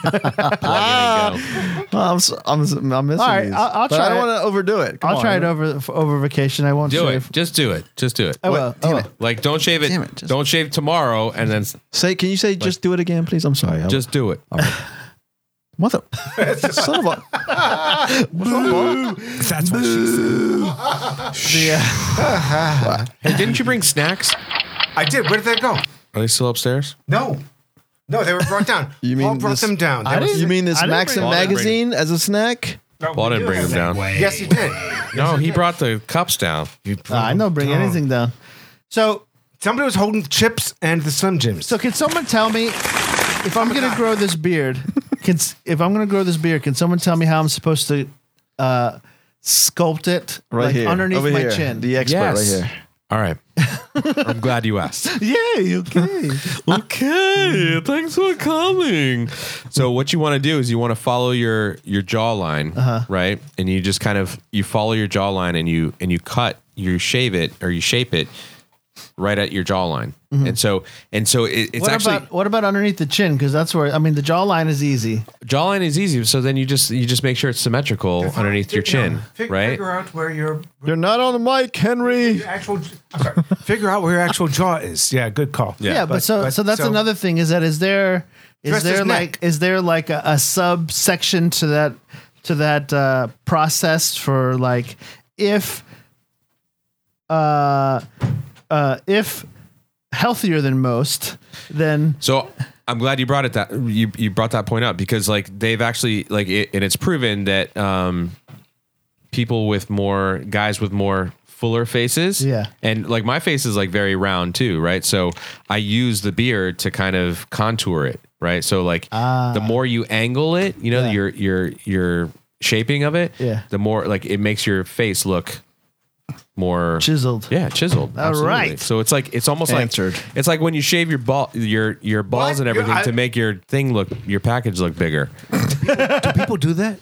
Speaker 3: Plug in and go.
Speaker 1: I'm, s- I'm, s- I'm missing
Speaker 5: All right,
Speaker 1: these.
Speaker 5: I'll- I'll
Speaker 1: But
Speaker 5: try
Speaker 1: I don't
Speaker 5: it.
Speaker 1: want to overdo it. Come
Speaker 5: I'll
Speaker 1: on.
Speaker 5: try it over over vacation. I won't
Speaker 3: Do
Speaker 5: shave.
Speaker 3: it. Just do it. Just do it.
Speaker 5: I will.
Speaker 1: Damn
Speaker 5: I
Speaker 1: it.
Speaker 5: will.
Speaker 3: Like don't shave it.
Speaker 1: Damn it, just- Oh.
Speaker 3: don't shave tomorrow and then s-
Speaker 1: Say, can you say just do it again, please? I'm sorry. I'm-
Speaker 3: just do it.
Speaker 1: mother. son of a.
Speaker 4: That's what she said.
Speaker 5: The, uh,
Speaker 3: Hey, didn't you bring snacks?
Speaker 4: I did. Where did they go?
Speaker 3: Are they still upstairs?
Speaker 4: No. No, they were brought down.
Speaker 1: You mean
Speaker 4: Paul brought
Speaker 1: this-
Speaker 4: them down. They
Speaker 5: I
Speaker 4: were-
Speaker 5: didn't-
Speaker 1: You mean this
Speaker 5: I didn't
Speaker 1: Maxim
Speaker 5: bring-
Speaker 3: Well, I didn't bring-
Speaker 1: magazine as a snack?
Speaker 3: Paul didn't bring them down.
Speaker 4: Yes, he did.
Speaker 3: No, he brought the cups down.
Speaker 5: I know, bring anything down. So
Speaker 4: Somebody was holding chips and the Slim Jims.
Speaker 5: So can someone tell me if I'm gonna grow this beard? Can s- if I'm gonna grow this beard? Can someone tell me how I'm supposed to uh, sculpt it
Speaker 1: Right
Speaker 5: like,
Speaker 1: here.
Speaker 5: underneath
Speaker 1: over
Speaker 5: my
Speaker 1: here,
Speaker 5: chin?
Speaker 1: The expert
Speaker 3: Yes.
Speaker 1: right here.
Speaker 3: All right. I'm glad you asked.
Speaker 5: Yay! Okay.
Speaker 3: okay thanks for coming so what you want to do is you want to follow your your jawline
Speaker 5: Uh-huh.
Speaker 3: right and you just kind of you follow your jawline and you and you cut you shave it or you shape it right at your jawline and so and so it, it's
Speaker 5: Mm-hmm. what
Speaker 3: actually
Speaker 5: about what about underneath the chin? Because that's where I mean the jawline is easy.
Speaker 3: jawline is easy so then you just you just make sure it's symmetrical underneath your chin
Speaker 4: Fig-
Speaker 3: right
Speaker 4: Figure out where your
Speaker 1: You're not on the mic, Henry.
Speaker 4: your actual. I'm sorry. figure out where your actual jaw is. Yeah, good call.
Speaker 5: Yeah, but, so so that's another thing is that is there is
Speaker 4: Dress his
Speaker 5: there
Speaker 4: neck.
Speaker 5: like is there like a, a subsection to that to that uh, process for like if uh uh if healthier than most then
Speaker 3: So I'm glad you brought it that you you brought that point up because like they've actually like it, and it's proven that um people with more guys with more fuller faces
Speaker 5: Yeah.
Speaker 3: and like my face is like very round too right so I use the beard to kind of contour it right so like the more you angle it you know
Speaker 5: Ah. Yeah.
Speaker 3: your your your shaping of it
Speaker 5: Yeah.
Speaker 3: the more like it makes your face look more
Speaker 5: chiseled.
Speaker 3: yeah, chiseled.
Speaker 5: All
Speaker 3: Absolutely.
Speaker 5: right.
Speaker 3: So it's like it's almost like
Speaker 1: Answered.
Speaker 3: it's like when you shave your ball your your balls
Speaker 4: What?
Speaker 3: and everything
Speaker 4: You- I-
Speaker 3: to make your thing look your package look bigger.
Speaker 4: people do that.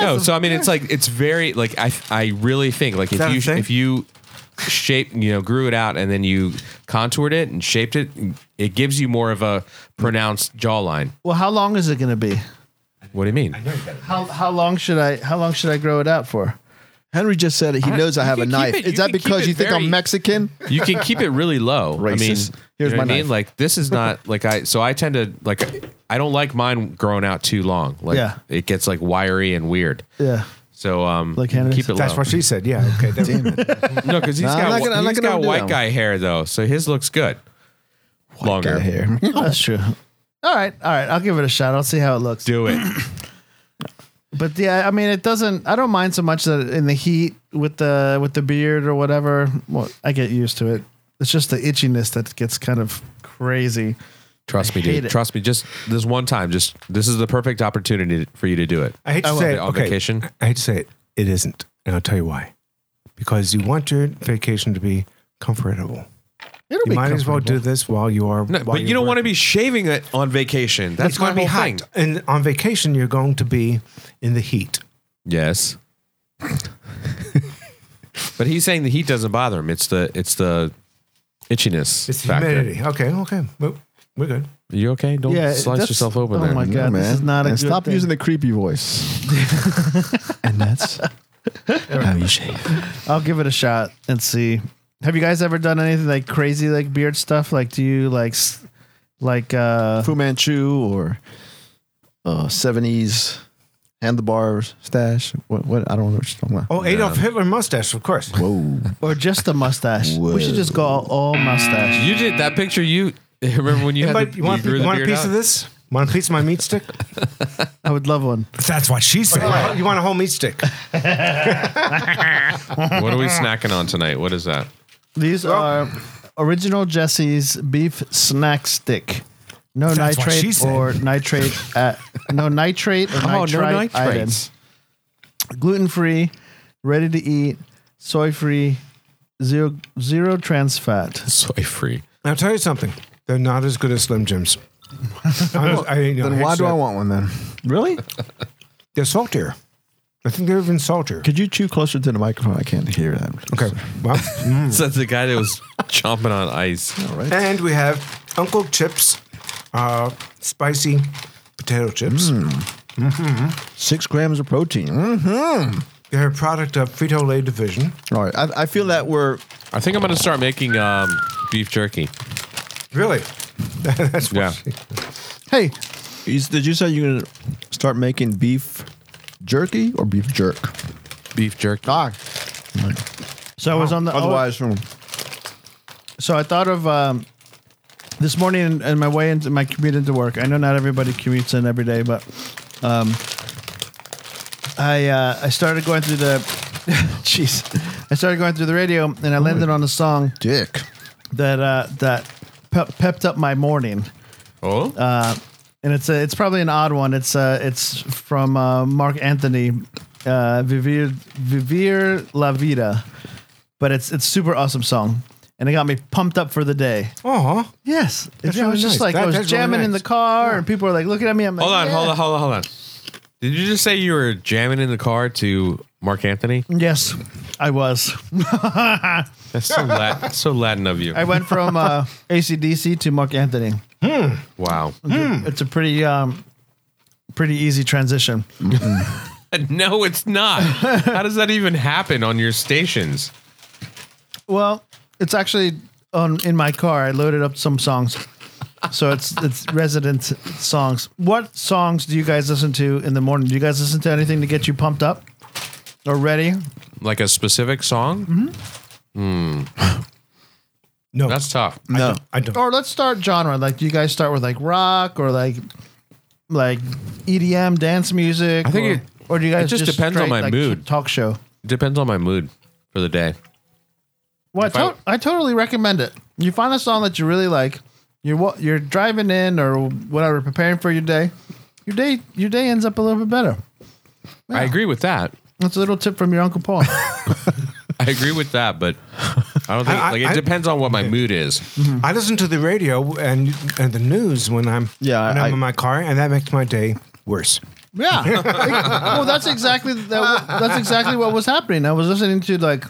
Speaker 3: no, so I mean it's like it's very like I I really think like if
Speaker 4: that a
Speaker 3: you
Speaker 4: thing?
Speaker 3: if you shape, you know, grew it out, and then you contoured it and shaped it, it gives you more of a pronounced jawline.
Speaker 5: Well, how long is it going to be?
Speaker 3: What do you mean?
Speaker 5: How how long should I how long should I grow it out for?
Speaker 1: Henry just said it. He knows I have
Speaker 3: you
Speaker 1: a
Speaker 3: can
Speaker 1: knife.
Speaker 3: keep it-
Speaker 1: Is
Speaker 3: you
Speaker 1: that
Speaker 3: can keep
Speaker 1: because
Speaker 3: it
Speaker 1: you think
Speaker 3: very-
Speaker 1: I'm Mexican?
Speaker 3: you can keep it really low. I mean,
Speaker 1: Racist.
Speaker 3: you
Speaker 1: Here's
Speaker 3: know what
Speaker 1: my
Speaker 3: I mean?
Speaker 1: knife.
Speaker 3: Like this is not like I. So I tend to like I don't like mine growing out too long. Like
Speaker 5: Yeah.
Speaker 3: it gets like wiry and weird.
Speaker 5: Yeah.
Speaker 3: So um,
Speaker 5: Like Henry's?
Speaker 3: keep it
Speaker 4: That's
Speaker 3: low.
Speaker 4: what she said. Yeah. Okay. there-
Speaker 3: no, because he's
Speaker 1: Nah, I'm
Speaker 3: got
Speaker 1: not
Speaker 3: whi-
Speaker 1: gonna- I'm not
Speaker 3: he's
Speaker 1: gonna
Speaker 3: got
Speaker 1: do
Speaker 3: white
Speaker 1: that
Speaker 3: guy hair though, so his looks good. Longer
Speaker 1: Got hair.
Speaker 5: That's true. All right, all right. I'll give it a shot. I'll see how it looks.
Speaker 3: Do it.
Speaker 5: But yeah, I mean, it doesn't. I don't mind so much that in the heat with the with the beard or whatever. Well, I get used to it. It's just the itchiness that gets kind of crazy.
Speaker 3: Trust me,
Speaker 5: hate
Speaker 3: dude.
Speaker 5: it.
Speaker 3: Trust me. Just this one time. Just this is the perfect opportunity for you to do it.
Speaker 4: I hate to say it.
Speaker 3: On
Speaker 4: okay,
Speaker 3: vacation?
Speaker 4: I hate to say it. It isn't, and I'll tell you why. Because you want your vacation to be comfortable.
Speaker 5: It'll
Speaker 4: You might as well do this while you are.
Speaker 3: No, but you don't want to be shaving it on vacation. That's
Speaker 4: It's
Speaker 3: my
Speaker 4: going to be
Speaker 3: whole
Speaker 4: hot,
Speaker 3: thing.
Speaker 4: and on vacation you're going to be in the heat.
Speaker 3: Yes. but he's saying the heat doesn't bother him. It's the it's the itchiness
Speaker 4: It's
Speaker 3: factor.
Speaker 4: humidity. Okay, okay, Well, we're good.
Speaker 3: You okay? Don't
Speaker 5: Yeah,
Speaker 3: slice
Speaker 5: that's-
Speaker 3: yourself open
Speaker 5: oh
Speaker 3: there.
Speaker 5: my God, this is not a
Speaker 1: And
Speaker 5: good
Speaker 1: stop
Speaker 5: thing.
Speaker 1: using the creepy voice. and that's how you shave.
Speaker 5: I'll give it a shot and see. Have you guys ever done anything like crazy, like beard stuff? Like, do you like, s- like, uh,
Speaker 1: Fu Manchu or uh, 70s handlebar stash. What, what? I don't know what you're talking about.
Speaker 4: Oh, Adolf Hitler mustache, of course.
Speaker 1: Whoa.
Speaker 5: or just a mustache? We should just go all, all mustache.
Speaker 3: You did that picture. You remember when you had
Speaker 4: But
Speaker 3: the,
Speaker 4: you want,
Speaker 3: grew
Speaker 4: you
Speaker 3: the
Speaker 4: want a
Speaker 3: beard
Speaker 4: piece
Speaker 3: out?
Speaker 4: of this? Want a piece of my meat stick?
Speaker 5: I would love one.
Speaker 4: That's what she said. You want a whole meat stick?
Speaker 3: What are we snacking on tonight? What is that?
Speaker 5: These are original Jesse's beef snack stick. No
Speaker 4: That's what she
Speaker 5: nitrate
Speaker 4: said.
Speaker 5: or nitrate. At, no nitrate or nitrite items. Gluten free, ready to eat, soy free, zero zero trans fat.
Speaker 3: Soy free.
Speaker 4: I'll tell you something. They're not as good as Slim Jims. I'm- I, you know,
Speaker 1: Then
Speaker 4: hate
Speaker 1: why
Speaker 4: to
Speaker 1: do
Speaker 4: say
Speaker 1: I
Speaker 4: it.
Speaker 1: want one then?
Speaker 5: Really?
Speaker 4: They're saltier. I think they're even saltier.
Speaker 1: Could you chew closer to the microphone? I can't hear that.
Speaker 4: Okay. Well, mm.
Speaker 3: So that's the guy that was chomping on ice.
Speaker 4: and we have Uncle Chips, uh, spicy potato chips.
Speaker 1: Mm. Six grams of protein. Mm-hmm.
Speaker 4: They're a product of Frito Lay division.
Speaker 1: All right. I, I feel that we're
Speaker 3: I think I'm gonna start making um, beef jerky.
Speaker 4: Really? That's what
Speaker 3: Yeah.
Speaker 4: she-
Speaker 5: Hey,
Speaker 1: Is, did you say you're gonna start making beef jerky or beef jerk?
Speaker 3: Beef jerky.
Speaker 1: Ah, oh.
Speaker 5: so I was on the
Speaker 1: otherwise from
Speaker 5: So I thought of um, this morning in, in my way into my commute into work. I know not everybody commutes in every day, but um, I uh, I started going through the jeez, I started going through the radio and I landed on a song
Speaker 1: dick.
Speaker 5: that uh, that pep- pepped up my morning.
Speaker 3: Oh,
Speaker 5: And it's a, it's probably an odd one. It's uh, it's from uh, Mark Anthony, uh, Vivir Vivir La Vida, but it's it's super awesome song, and it got me pumped up for the day.
Speaker 4: Aw.
Speaker 5: Yes, it
Speaker 4: really
Speaker 5: was just
Speaker 4: nice.
Speaker 5: like
Speaker 4: That-
Speaker 5: I was
Speaker 4: that's really
Speaker 5: jamming in the
Speaker 4: nice.
Speaker 5: car, and people were like looking at me. I'm like,
Speaker 3: hold on,
Speaker 5: yeah.
Speaker 3: hold on, hold on, hold on. Did you just say you were jamming in the car to Mark Anthony?
Speaker 5: Yes, I was.
Speaker 3: That's so Latin, so Latin of you.
Speaker 5: I went from uh, ACDC to Mark Anthony.
Speaker 3: wow.
Speaker 5: It's a pretty, um, pretty easy transition.
Speaker 3: No, it's not. How does that even happen on your stations?
Speaker 5: Well, it's actually on in my car. I loaded up some songs, so it's it's resident songs. What songs do you guys listen to in the morning? Do you guys listen to anything to get you pumped up or ready?
Speaker 3: Like a specific song?
Speaker 4: No.
Speaker 3: That's tough.
Speaker 1: No,
Speaker 4: I don't.
Speaker 5: or let's start genre. Like, do you guys start with like rock or like like EDM dance music?
Speaker 3: I think
Speaker 5: or,
Speaker 3: it-
Speaker 5: or do you guys
Speaker 3: it just depends on my mood.
Speaker 5: Talk show.
Speaker 3: Depends on my mood for the day.
Speaker 5: Well, I,
Speaker 3: If I-
Speaker 5: to- I totally recommend it. You find a song that you really like. You're wa- you're driving in or whatever, preparing for your day. Your day your day ends up a little bit better.
Speaker 3: I agree with that.
Speaker 5: That's a little tip from your uncle Paul.
Speaker 3: I agree with that, but I don't think
Speaker 4: I- I-
Speaker 3: like it
Speaker 4: I-
Speaker 3: depends on what my mood is.
Speaker 4: I listen to the radio and and the news when I'm
Speaker 1: Yeah,
Speaker 4: when I'm
Speaker 1: I-
Speaker 4: in my car, and that makes my day worse.
Speaker 5: yeah. well, that's exactly that, that's exactly what was happening. I was listening to like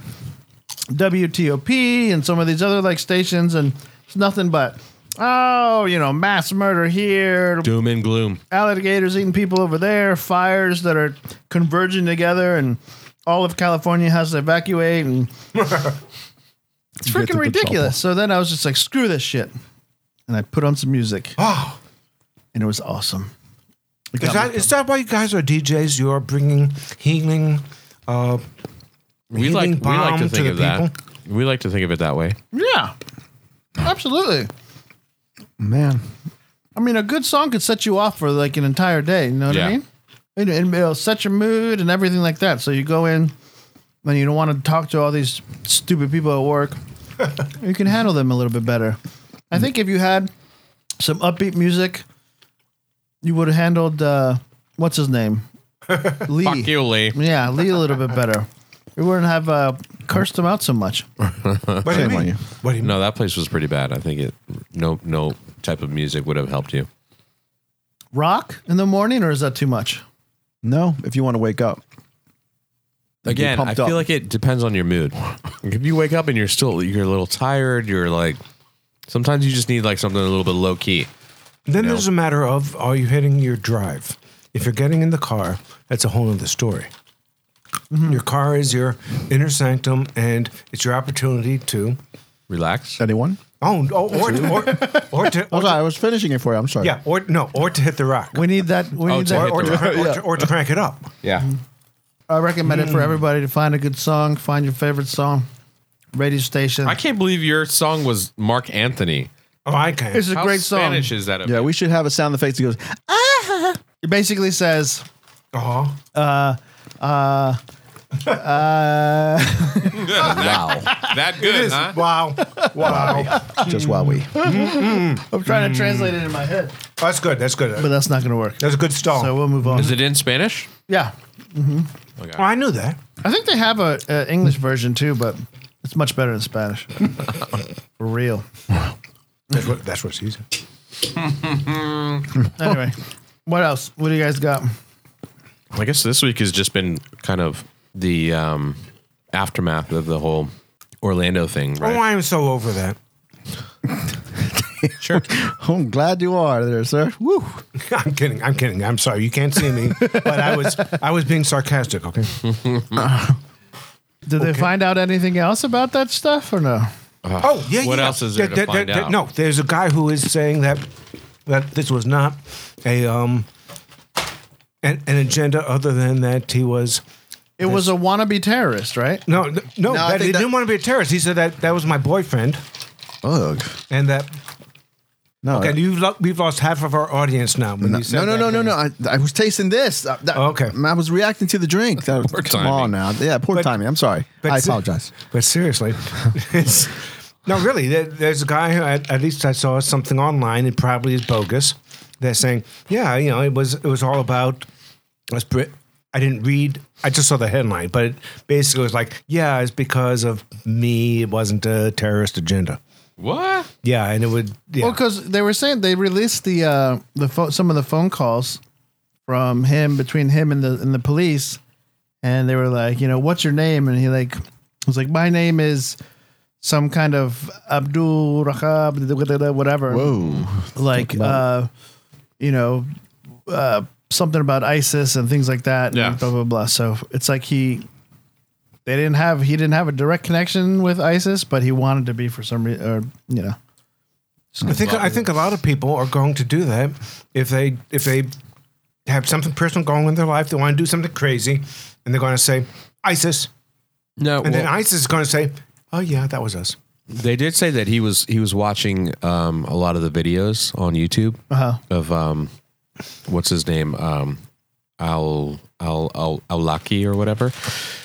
Speaker 5: WTOP and some of these other like stations, and it's nothing but oh, you know, mass murder here,
Speaker 3: Doom and gloom.
Speaker 5: alligators eating people over there, fires that are converging together, and all of California has to evacuate, and it's
Speaker 1: You get to
Speaker 5: freaking
Speaker 1: the
Speaker 5: ridiculous. So then I was just like, screw this shit, and I put on some music,
Speaker 4: Wow.
Speaker 5: and it was awesome. It
Speaker 4: Is
Speaker 5: got
Speaker 4: that,
Speaker 5: me-
Speaker 4: is that why you guys are DJs? You are bringing healing. Uh,
Speaker 3: We like we
Speaker 4: Healing
Speaker 3: like to
Speaker 4: balm
Speaker 3: think
Speaker 4: to
Speaker 3: of
Speaker 4: the
Speaker 3: that. We like to think of it that way.
Speaker 5: yeah, absolutely.
Speaker 1: Man,
Speaker 5: I mean, a good song could set you off for like an entire day. You know what
Speaker 3: Yeah.
Speaker 5: I mean? And, and it'll set your mood and everything like that. So you go in, and you don't want to talk to all these stupid people at work. you can handle them a little bit better. I think if you had some upbeat music, you would have handled uh, what's his name, Lee.
Speaker 3: Fuck you, Lee.
Speaker 5: Yeah, Lee a little bit better. We wouldn't have uh, cursed him out so much.
Speaker 4: what do you
Speaker 1: Shame on
Speaker 4: mean?
Speaker 1: you.
Speaker 4: What do you mean?
Speaker 3: No, that place was pretty bad. I think it no no type of music would have helped you.
Speaker 5: Rock in the morning, or is that too much?
Speaker 1: no. If you want to wake up,
Speaker 3: Again, I
Speaker 1: pumped
Speaker 3: feel
Speaker 1: up.
Speaker 3: like it depends on your mood. if you wake up and you're still you're a little tired, you're like sometimes you just need like something a little bit low key.
Speaker 4: Then
Speaker 3: No.
Speaker 4: there's a matter of are you hitting your drive? If you're getting in the car, that's a whole other story. Your car is your inner sanctum, and it's your opportunity to
Speaker 3: Relax.
Speaker 1: anyone?
Speaker 4: oh, oh or, or, or to, or
Speaker 1: Okay,
Speaker 4: to
Speaker 1: I was finishing it for you. I'm sorry.
Speaker 4: yeah, or no, or to hit the rock,
Speaker 5: We need that. We
Speaker 3: Oh,
Speaker 5: need
Speaker 3: to
Speaker 5: that.
Speaker 3: hit
Speaker 4: or, or, to,
Speaker 3: the
Speaker 4: crank- or, to, or to crank it up.
Speaker 3: Yeah.
Speaker 5: I recommend
Speaker 1: Hmm.
Speaker 5: it for everybody to find a good song, find your favorite song, radio station.
Speaker 3: I can't believe your song was Mark Anthony.
Speaker 4: Oh, I can.
Speaker 5: It's a
Speaker 3: How
Speaker 5: great
Speaker 3: Spanish
Speaker 5: song.
Speaker 3: is that? of
Speaker 1: Yeah,
Speaker 3: you?
Speaker 1: we should have a sound effect that goes.
Speaker 5: It basically says,
Speaker 4: Oh,
Speaker 1: Wow,
Speaker 3: that good, huh?
Speaker 4: wow, wow,
Speaker 1: just while we.
Speaker 5: I'm trying
Speaker 3: Hmm.
Speaker 5: to translate it in my head,
Speaker 4: that's good. That's
Speaker 5: but
Speaker 4: good.
Speaker 5: that's not going to work.
Speaker 4: That's a good stall.
Speaker 5: So we'll move on.
Speaker 3: Is it in Spanish?
Speaker 5: yeah.
Speaker 4: oh, I knew that.
Speaker 5: I think they have a, a English version too, but it's much better in Spanish. for real.
Speaker 4: That's what. That's what she said.
Speaker 5: Anyway, what else? What do you guys got?
Speaker 3: I guess this week has just been kind of the um, aftermath of the whole Orlando thing,
Speaker 4: Oh,
Speaker 3: right?
Speaker 4: I am so over that.
Speaker 3: sure.
Speaker 1: I'm glad you are there, sir. Woo.
Speaker 4: I'm kidding. I'm kidding. I'm sorry. You can't see me, but I was. I was being sarcastic. Okay.
Speaker 5: Did they find out anything else about that stuff or no?
Speaker 4: Oh yeah.
Speaker 3: What
Speaker 4: yeah.
Speaker 3: else is there to find out?
Speaker 4: No, there's a guy who is saying that that this was not a um an, an agenda other than that he was
Speaker 5: It was a wannabe terrorist, right?
Speaker 4: no no, no
Speaker 1: I
Speaker 4: that
Speaker 1: think
Speaker 4: he
Speaker 1: that-
Speaker 4: didn't want to be a terrorist. He said that that was my boyfriend
Speaker 1: Ugh.
Speaker 4: and that.
Speaker 1: No.
Speaker 4: Okay, you've lo- we've lost half of our audience now. When
Speaker 1: No,
Speaker 4: you said
Speaker 1: no, no,
Speaker 4: that
Speaker 1: no, no,
Speaker 4: thing.
Speaker 1: no. I, I was tasting this. Uh, that-
Speaker 4: Okay.
Speaker 1: I was reacting to the drink. That,
Speaker 3: Poor
Speaker 1: come
Speaker 3: timing.
Speaker 1: on now. Yeah, poor
Speaker 4: But-
Speaker 1: timing. I'm sorry.
Speaker 4: but
Speaker 1: I
Speaker 4: se-
Speaker 1: apologize.
Speaker 4: But seriously, it's, no, really, there, there's a guy. who- At, at least I saw something online. It probably is bogus. They're saying, yeah, you know, it was it was all about. It was Brit. I didn't read. I just saw the headline, but it basically was like, yeah, it's because of me. It wasn't a terrorist agenda.
Speaker 3: What?
Speaker 4: Yeah, and it would. Yeah.
Speaker 5: Well, because they were saying they released the uh, the pho- some of the phone calls from him between him and the and the police, and they were like, you know, what's your name? And he like was like, my name is some kind of Abdul Rahab, whatever.
Speaker 1: Whoa.
Speaker 5: like uh, you know, uh, something about ISIS and things like that.
Speaker 3: Yeah.
Speaker 5: and blah blah blah. So it's like he. They didn't have he didn't have a direct connection with ISIS, but he wanted to be for some reason, or you know,
Speaker 4: I think I think a lot of people are going to do that if they if they have something personal going on in their life. They want to do something crazy, and they're going to say ISIS.
Speaker 3: No.
Speaker 4: And
Speaker 3: well-
Speaker 4: then ISIS is going to say, "Oh yeah, that was us."
Speaker 3: They did say that he was he was watching um, a lot of the videos on YouTube of um, what's his name um, Al Al Al Al Laki or whatever,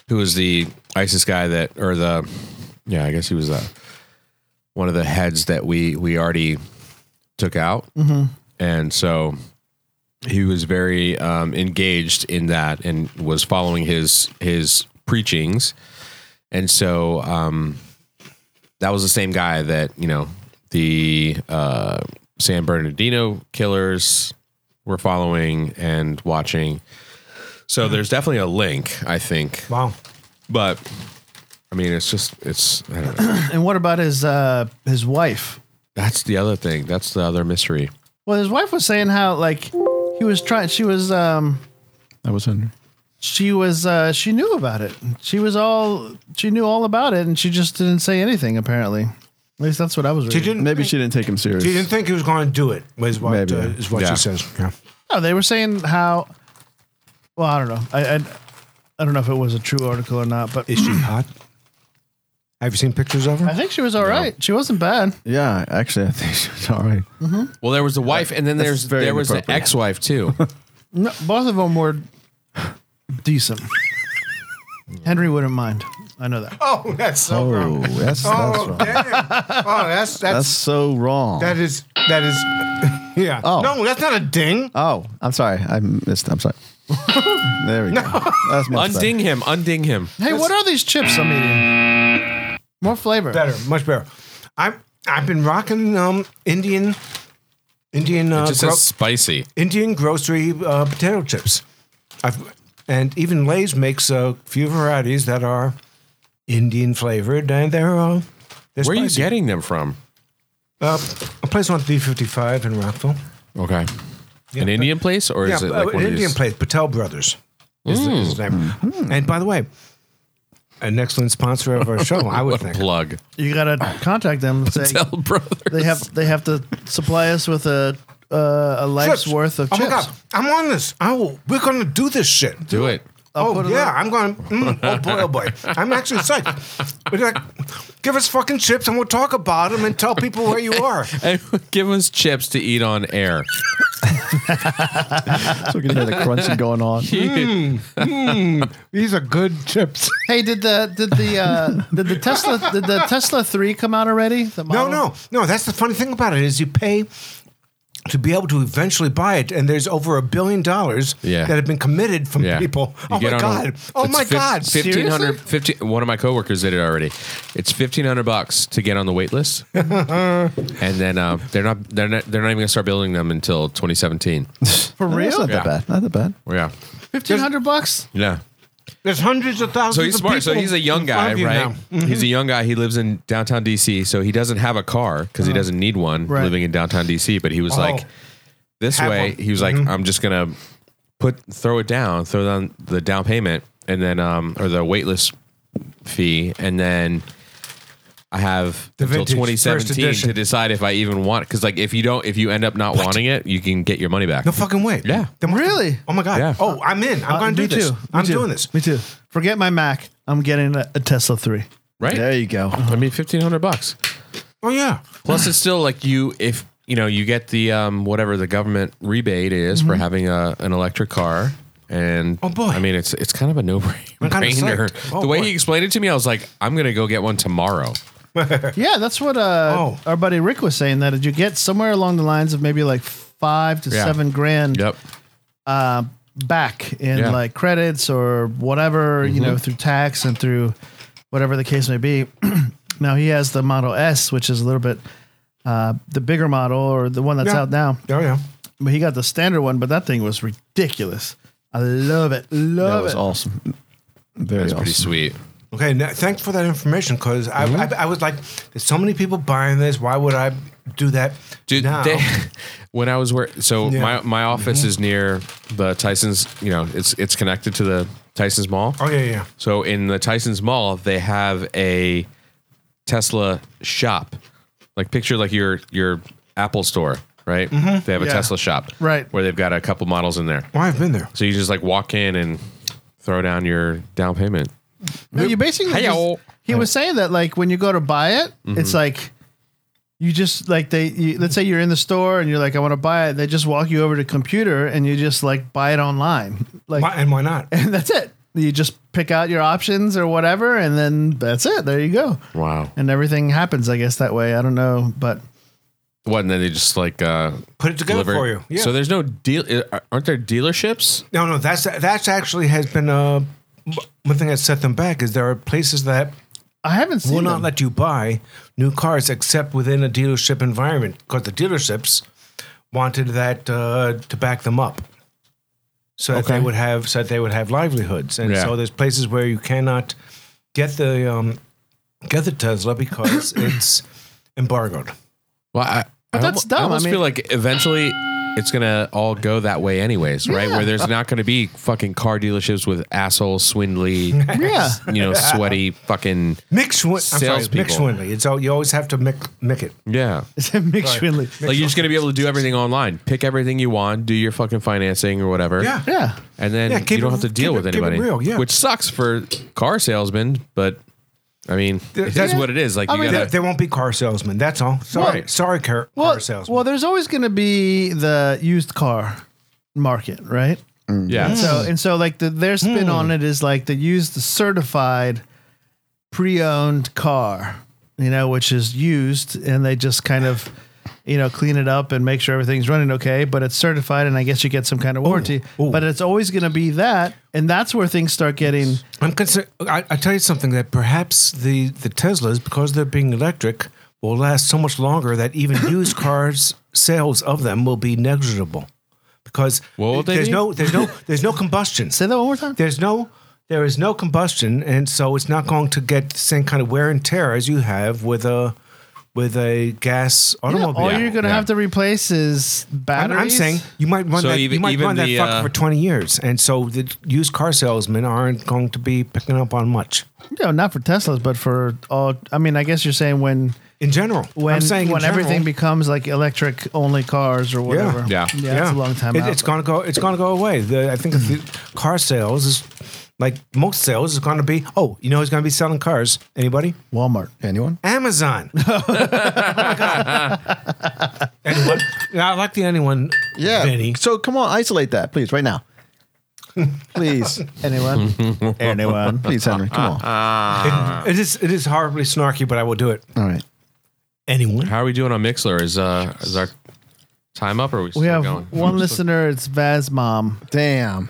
Speaker 3: who was the ISIS guy that or the yeah I guess he was uh one of the heads that we we already took out, and so he was very um, engaged in that and was following his his preachings, and so. Um, that was the same guy that you know the uh, San Bernardino killers were following and watching. So there's definitely a link, I think.
Speaker 4: Wow.
Speaker 3: But I mean, it's just it's. I don't know.
Speaker 5: And what about his uh, his wife?
Speaker 3: That's the other thing. That's the other mystery.
Speaker 5: Well, his wife was saying how like he was trying. She was um,
Speaker 2: That was Henry.
Speaker 5: she was uh, she knew about it. She was all she knew all about it, and she just didn't say anything. Apparently, at least that's what I was. Reading.
Speaker 4: She didn't.
Speaker 2: Maybe she didn't take him serious.
Speaker 4: She didn't think he was going to do it. Was what
Speaker 2: Maybe.
Speaker 4: uh, is what
Speaker 3: Yeah.
Speaker 4: she says. Yeah.
Speaker 5: No, they were saying how. Well, I don't know. I, I I don't know if it was a true article or not, but
Speaker 4: Is she hot? Have you seen pictures of her?
Speaker 5: I think she was all right. She wasn't bad.
Speaker 2: Yeah, actually, I think she was all right.
Speaker 3: Well, there was the wife, and then there's
Speaker 2: very
Speaker 3: there was the
Speaker 2: inappropriate.
Speaker 3: ex-wife too.
Speaker 5: No, both of them were decent. Henry wouldn't mind. I know that.
Speaker 4: Oh, that's so
Speaker 2: Oh,
Speaker 4: wrong.
Speaker 2: that's, that's
Speaker 4: Oh,
Speaker 2: wrong.
Speaker 4: damn. Oh, that's
Speaker 2: That's
Speaker 4: that's
Speaker 2: so wrong.
Speaker 4: that is that is. Yeah.
Speaker 2: Oh.
Speaker 4: No, that's not a ding.
Speaker 2: oh, I'm sorry. I missed. I'm sorry. there we go. That's much better.
Speaker 3: unding him, unding him.
Speaker 5: Hey, what are these chips I'm eating? More flavor.
Speaker 4: Better, much better. I'm I've been rocking um Indian Indian uh,
Speaker 3: Just
Speaker 4: gro-
Speaker 3: says spicy.
Speaker 4: Indian grocery uh, potato chips. I've, and even Lay's makes a few varieties that are Indian flavored, and they're uh, they're
Speaker 3: Where are you
Speaker 4: spicy.
Speaker 3: getting them from?
Speaker 4: Uh, a place on 355 in Rockville.
Speaker 3: Okay. An Indian place, or is
Speaker 4: yeah,
Speaker 3: it like
Speaker 4: uh,
Speaker 3: one
Speaker 4: an
Speaker 3: of
Speaker 4: Indian
Speaker 3: these- Mm.
Speaker 4: place, Patel Brothers is, the, is his name. And by the way, an excellent sponsor of our show, I would
Speaker 3: What a
Speaker 4: think.
Speaker 3: plug?
Speaker 5: You gotta contact them. and Say,
Speaker 3: Tell brother.
Speaker 5: they have they have to supply us with a uh, a life's
Speaker 4: Chips.
Speaker 5: worth of
Speaker 4: oh
Speaker 5: chips.
Speaker 4: my God, I'm on this. Oh, we're going to do this shit.
Speaker 3: Do it.
Speaker 4: oh yeah, I'm going. Mm, oh boy, oh boy, I'm actually psyched. We're like, give us fucking chips and we'll talk about them and tell people where you are.
Speaker 3: And give us chips to eat on air.
Speaker 2: So we can hear the crunching going on.
Speaker 4: Hmm, These are good chips.
Speaker 5: Hey, did the did the uh, did the Tesla did the Tesla three come out already? The
Speaker 4: No,
Speaker 5: model?
Speaker 4: no, no. That's the funny thing about it is you pay to be able to eventually buy it, and there's over a billion dollars
Speaker 3: Yeah.
Speaker 4: that have been committed from
Speaker 3: Yeah.
Speaker 4: people.
Speaker 3: You
Speaker 4: oh
Speaker 3: get
Speaker 4: my
Speaker 3: on
Speaker 4: god!
Speaker 3: a-
Speaker 4: oh
Speaker 3: it's
Speaker 4: my
Speaker 3: fif-
Speaker 4: god!
Speaker 3: 1500 15 one of my coworkers did it already. It's 1500 bucks to get on the wait list. and then uh, they're not they're not they're not even going to start building them until 2017.
Speaker 5: for
Speaker 2: That's
Speaker 5: real.
Speaker 2: not that bad. Not that bad.
Speaker 3: Yeah.
Speaker 5: Fifteen hundred bucks.
Speaker 3: Yeah.
Speaker 4: There's hundreds of thousands.
Speaker 3: So he's
Speaker 4: of
Speaker 3: smart. So
Speaker 4: people
Speaker 3: he's a young
Speaker 4: in front
Speaker 3: guy,
Speaker 4: of you
Speaker 3: right?
Speaker 4: now. Mm-hmm.
Speaker 3: He's a young guy. He lives in downtown DC, so he doesn't have a car because he doesn't need one
Speaker 5: Right.
Speaker 3: living in downtown DC. But he was
Speaker 4: Uh-huh. Oh.
Speaker 3: like, this
Speaker 4: Have
Speaker 3: way,
Speaker 4: one. Mm-hmm.
Speaker 3: he was like, I'm just gonna put throw it down, throw down the down payment, and then um or the waitlist fee, and then I have
Speaker 4: The
Speaker 3: until
Speaker 4: vintage, first
Speaker 3: 2017
Speaker 4: edition.
Speaker 3: to decide if I even want. Because like, if you don't, if you end up not wanting it, you can get your money back.
Speaker 4: No fucking way.
Speaker 3: Yeah.
Speaker 4: The mar-
Speaker 5: Really?
Speaker 4: Oh my god.
Speaker 3: Yeah.
Speaker 4: Oh, I'm in. I'm
Speaker 5: Uh,
Speaker 4: going to
Speaker 5: me
Speaker 4: do this.
Speaker 5: too. Me
Speaker 4: I'm
Speaker 5: too.
Speaker 4: doing this.
Speaker 5: Me too. Forget my Mac. I'm getting a, a Tesla three.
Speaker 3: right?
Speaker 2: There you go.
Speaker 3: I mean, 1500 bucks.
Speaker 4: Oh yeah.
Speaker 3: Plus, it's still like you if you know you get the um, whatever the government rebate is for having a an electric car. And
Speaker 4: Mm-hmm. Oh, boy.
Speaker 3: I mean, it's it's kind of a no
Speaker 4: I'm kind of
Speaker 3: brainer.
Speaker 4: psyched. Oh,
Speaker 3: the way
Speaker 4: boy.
Speaker 3: he explained it to me, I was like, I'm gonna go get one tomorrow.
Speaker 5: Yeah, that's what uh,
Speaker 4: Oh.
Speaker 5: our buddy Rick was saying. That you get somewhere along the lines of maybe like five to
Speaker 3: Yeah.
Speaker 5: seven grand
Speaker 3: Yep.
Speaker 5: uh, back in
Speaker 3: Yeah.
Speaker 5: like credits or whatever, you
Speaker 4: Mm-hmm.
Speaker 5: know, through tax and through whatever the case may be. now he has the Model S, which is a little bit uh, the bigger model or the one that's
Speaker 4: Yeah.
Speaker 5: out now.
Speaker 4: Oh yeah.
Speaker 5: But he got the standard one, but that thing was ridiculous. I love it. Love
Speaker 2: That was
Speaker 5: it.
Speaker 2: awesome. Very
Speaker 3: That's
Speaker 2: awesome.
Speaker 3: pretty sweet.
Speaker 4: Okay, now, thanks for that information because I, I, I was like, there's so many people buying this. Why would I do that
Speaker 3: Dude,
Speaker 4: now?
Speaker 3: they, when I was where so
Speaker 4: Yeah. Mm-hmm.
Speaker 3: my my office is near the Tyson's, you know, it's it's connected to the Tyson's Mall.
Speaker 4: oh yeah, yeah.
Speaker 3: So in the Tyson's Mall, they have a Tesla shop. Like picture like your your Apple store, right? They have a
Speaker 5: Mm-hmm. Yeah.
Speaker 3: Tesla shop,
Speaker 5: Right.
Speaker 3: Where they've got a couple models in there.
Speaker 4: Well, I've been there.
Speaker 3: So you just like walk in and throw down your down payment.
Speaker 5: No, you basically
Speaker 3: Hey,
Speaker 5: just-
Speaker 3: yo.
Speaker 5: he was saying that like when you go to buy it, it's
Speaker 4: Mm-hmm.
Speaker 5: like you just like they you, let's say you're in the store and you're like I want to buy it, they just walk you over to computer and you just like buy it online. Like
Speaker 4: Why, and why not?
Speaker 5: and that's it. You just pick out your options or whatever and then that's it. There you go.
Speaker 3: Wow.
Speaker 5: And everything happens I guess that way. I don't know, but
Speaker 3: What? And then they just like uh,
Speaker 4: Put it together
Speaker 3: deliver-
Speaker 4: for you. Yeah.
Speaker 3: So there's no deal. uh, Aren't there dealerships?
Speaker 4: no, no. That's that's actually has been uh, one thing that set them back is there are places that
Speaker 5: I haven't seen
Speaker 4: will not
Speaker 5: them.
Speaker 4: let you buy new cars except within a dealership environment because the dealerships wanted that uh, to back them up, so that they would have so that they would have livelihoods. And
Speaker 3: Yeah.
Speaker 4: so there's places where you cannot get the um, get the Tesla because it's embargoed.
Speaker 3: Well, I, I
Speaker 5: that's
Speaker 3: almo-
Speaker 5: dumb.
Speaker 3: I almost
Speaker 5: I mean-
Speaker 3: feel like eventually it's gonna all go that way, anyways, right? Where there's not gonna be fucking car dealerships with asshole swindly,
Speaker 5: Yeah.
Speaker 3: you know, sweaty fucking
Speaker 4: Mick Schwin- I'm sorry, Mick
Speaker 3: Salespeople.
Speaker 4: Schwinley. It's all, you always have to mick, mick it.
Speaker 3: yeah.
Speaker 5: Mick Schwindley.
Speaker 3: Like you're just gonna be able to do everything online, pick everything you want, do your fucking financing or whatever,
Speaker 4: Yeah.
Speaker 5: Yeah.
Speaker 3: and then
Speaker 4: Yeah, keep
Speaker 3: you don't have
Speaker 4: it-
Speaker 3: to deal
Speaker 4: keep it-
Speaker 3: with
Speaker 4: keep it
Speaker 3: anybody,
Speaker 4: real, yeah.
Speaker 3: which sucks for car salesmen, but I mean,
Speaker 4: There-
Speaker 3: that's
Speaker 4: yeah. Oh,
Speaker 3: what it is. Like
Speaker 5: I
Speaker 3: you
Speaker 5: mean,
Speaker 4: There,
Speaker 3: gotta,
Speaker 4: there won't be car salesmen. That's all. Sorry,
Speaker 3: Right.
Speaker 4: sorry, car,
Speaker 5: Well,
Speaker 4: car salesman.
Speaker 5: well, there's always going to be the used car market, right?
Speaker 3: yeah.
Speaker 5: So and so, like the, their spin
Speaker 4: Hmm.
Speaker 5: on it is like the used certified pre-owned car, you know, which is used, and they just kind of, you know, clean it up and make sure everything's running okay. But it's certified, and I guess you get some kind of warranty. But it's always going to be that, and that's where things start getting.
Speaker 4: I'm concerned. I, I tell you something that perhaps the the Teslas, because they're being electric, will last so much longer that even used cars sales of them will be negligible, because
Speaker 3: What would they
Speaker 4: there's
Speaker 3: be?
Speaker 4: no there's no there's no combustion.
Speaker 5: Say that one more time.
Speaker 4: There's no there is no combustion, and so it's not going to get the same kind of wear and tear as you have with a with a gas
Speaker 5: Yeah,
Speaker 4: automobile.
Speaker 5: all you're going to
Speaker 3: yeah.
Speaker 5: have to replace is
Speaker 4: I'm,
Speaker 5: batteries.
Speaker 4: I'm saying you might run
Speaker 3: So
Speaker 4: that
Speaker 3: even-
Speaker 4: you might
Speaker 3: even
Speaker 4: run that
Speaker 3: the,
Speaker 4: fuck
Speaker 3: uh,
Speaker 4: for 20 years, and so the used car salesmen aren't going to be picking up on much.
Speaker 5: no, not for Teslas, but for all. I mean, I guess you're saying when
Speaker 4: In general,
Speaker 5: when
Speaker 4: I'm saying in
Speaker 5: when everything
Speaker 4: general,
Speaker 5: becomes like electric only cars or whatever.
Speaker 3: Yeah.
Speaker 5: yeah, that's a long time.
Speaker 4: It-
Speaker 5: out,
Speaker 4: It's
Speaker 5: but-
Speaker 4: gonna go. It's gonna go away. The, I think the car sales is like most sales is gonna be. Oh, you know who's gonna be selling cars? Anybody?
Speaker 5: Walmart.
Speaker 2: Anyone?
Speaker 4: Amazon. oh my God. anyone? Yeah, I like the anyone.
Speaker 1: Yeah.
Speaker 4: Vinny.
Speaker 1: So come on, isolate that, please, right now. please,
Speaker 5: Anyone?
Speaker 1: anyone, please, Henry, come on.
Speaker 4: It- it is. It is horribly snarky, but I will do it.
Speaker 1: All right.
Speaker 4: Anyone?
Speaker 3: How are we doing on Mixler? Is uh is our time up or are we still
Speaker 5: we have
Speaker 3: going?
Speaker 5: one listener. It's Vaz mom.
Speaker 2: Damn.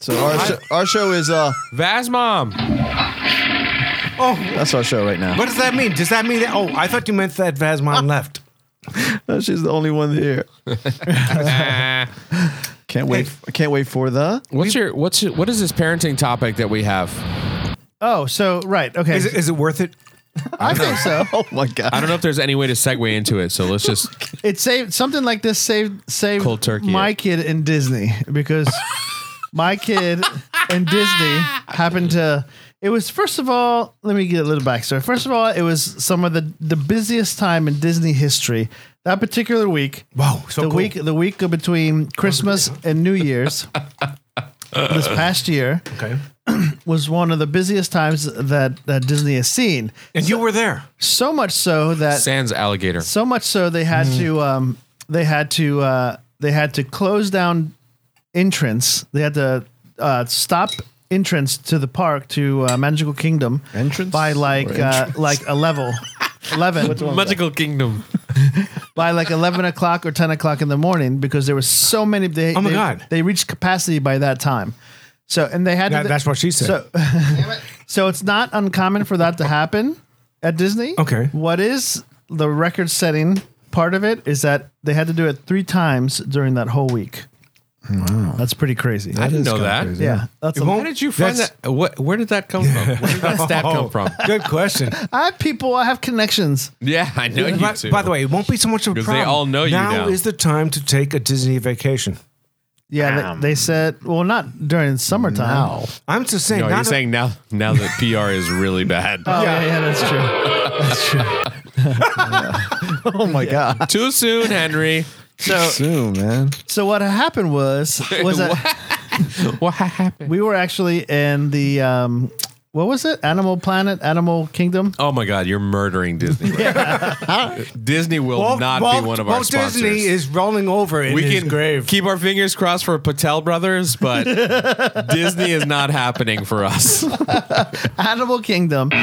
Speaker 1: So our sho- our show is uh
Speaker 3: Vaz mom.
Speaker 4: Oh,
Speaker 1: that's our show right now.
Speaker 4: what does that mean? Does that mean that? Oh, I thought you meant that Vasmon left.
Speaker 1: Oh, She's the only one here.
Speaker 3: Uh,
Speaker 1: can't wait! I can't wait for the.
Speaker 3: What's your what's your, what is this parenting topic that we have?
Speaker 5: Oh, so right. Okay,
Speaker 4: Is it, is it worth it?
Speaker 5: I think so.
Speaker 1: Oh my god!
Speaker 3: I don't know if there's any way to segue into it, so let's just
Speaker 5: It saved something like this saved saved
Speaker 3: Cold turkey
Speaker 5: my
Speaker 3: it.
Speaker 5: kid in Disney because my kid in Disney happened to. It was first of all. Let me get a little backstory. First of all, it was some of the the busiest time in Disney history. That particular week.
Speaker 4: Wow, so
Speaker 5: the
Speaker 4: cool.
Speaker 5: week the week between Christmas and New Year's. this past year
Speaker 4: Okay.
Speaker 5: was one of the busiest times that, that Disney has seen.
Speaker 4: And you were there.
Speaker 5: So much so that
Speaker 3: Sans alligator.
Speaker 5: so much so they had to um, they had to uh, they had to close down entrance. They had to uh, stop entrance to the park to uh, Magical Kingdom
Speaker 2: Entrance?
Speaker 5: by like
Speaker 2: Or
Speaker 5: Uh, like a level eleven
Speaker 3: Magical kingdom.
Speaker 5: by like eleven o'clock or ten o'clock in the morning because there was so many. They,
Speaker 4: Oh my
Speaker 5: they,
Speaker 4: God.
Speaker 5: They reached capacity by that time. So and they had
Speaker 4: That-
Speaker 5: to,
Speaker 4: that's what she said.
Speaker 5: So, so it's not uncommon for that to happen at Disney.
Speaker 4: Okay.
Speaker 5: What is the record setting part of it is that they had to do it three times during that whole week. Wow. That's pretty crazy.
Speaker 3: I didn't know
Speaker 2: kinda
Speaker 3: that.
Speaker 2: crazy.
Speaker 5: yeah. That's a,
Speaker 3: Where did you find
Speaker 4: That's- Oh,
Speaker 3: that? What, where did that come from? Where did that stat come from?
Speaker 4: Good question.
Speaker 5: I have people, I have connections.
Speaker 3: Yeah, I know you
Speaker 4: by,
Speaker 3: too.
Speaker 4: by the way, it won't be so much of a
Speaker 3: 'Cause they
Speaker 4: problem.
Speaker 3: all know you
Speaker 4: Now
Speaker 3: now.
Speaker 4: is the time to take a Disney vacation.
Speaker 5: Yeah. They, they said, well, not during summertime.
Speaker 4: I'm just saying.
Speaker 3: no,
Speaker 4: not
Speaker 3: you're
Speaker 4: a-
Speaker 3: saying now now that PR is really bad.
Speaker 5: Oh, yeah. yeah, that's true. That's true.
Speaker 1: Oh my god!
Speaker 3: Too soon, Henry.
Speaker 5: So,
Speaker 1: Soon, man.
Speaker 5: so what happened was, was that.
Speaker 3: What happened?
Speaker 5: We were actually in the um, what was it? Animal Planet, Animal Kingdom.
Speaker 3: Oh my God, you're murdering Disney. right now. Disney will
Speaker 4: Walt-
Speaker 3: not
Speaker 4: Walt-
Speaker 3: be one of our
Speaker 4: Walt
Speaker 3: sponsors.
Speaker 4: Disney is rolling over in
Speaker 3: we
Speaker 4: his
Speaker 3: can
Speaker 4: grave.
Speaker 3: keep our fingers crossed for Patel Brothers, but Disney is not happening for us.
Speaker 5: Animal Kingdom.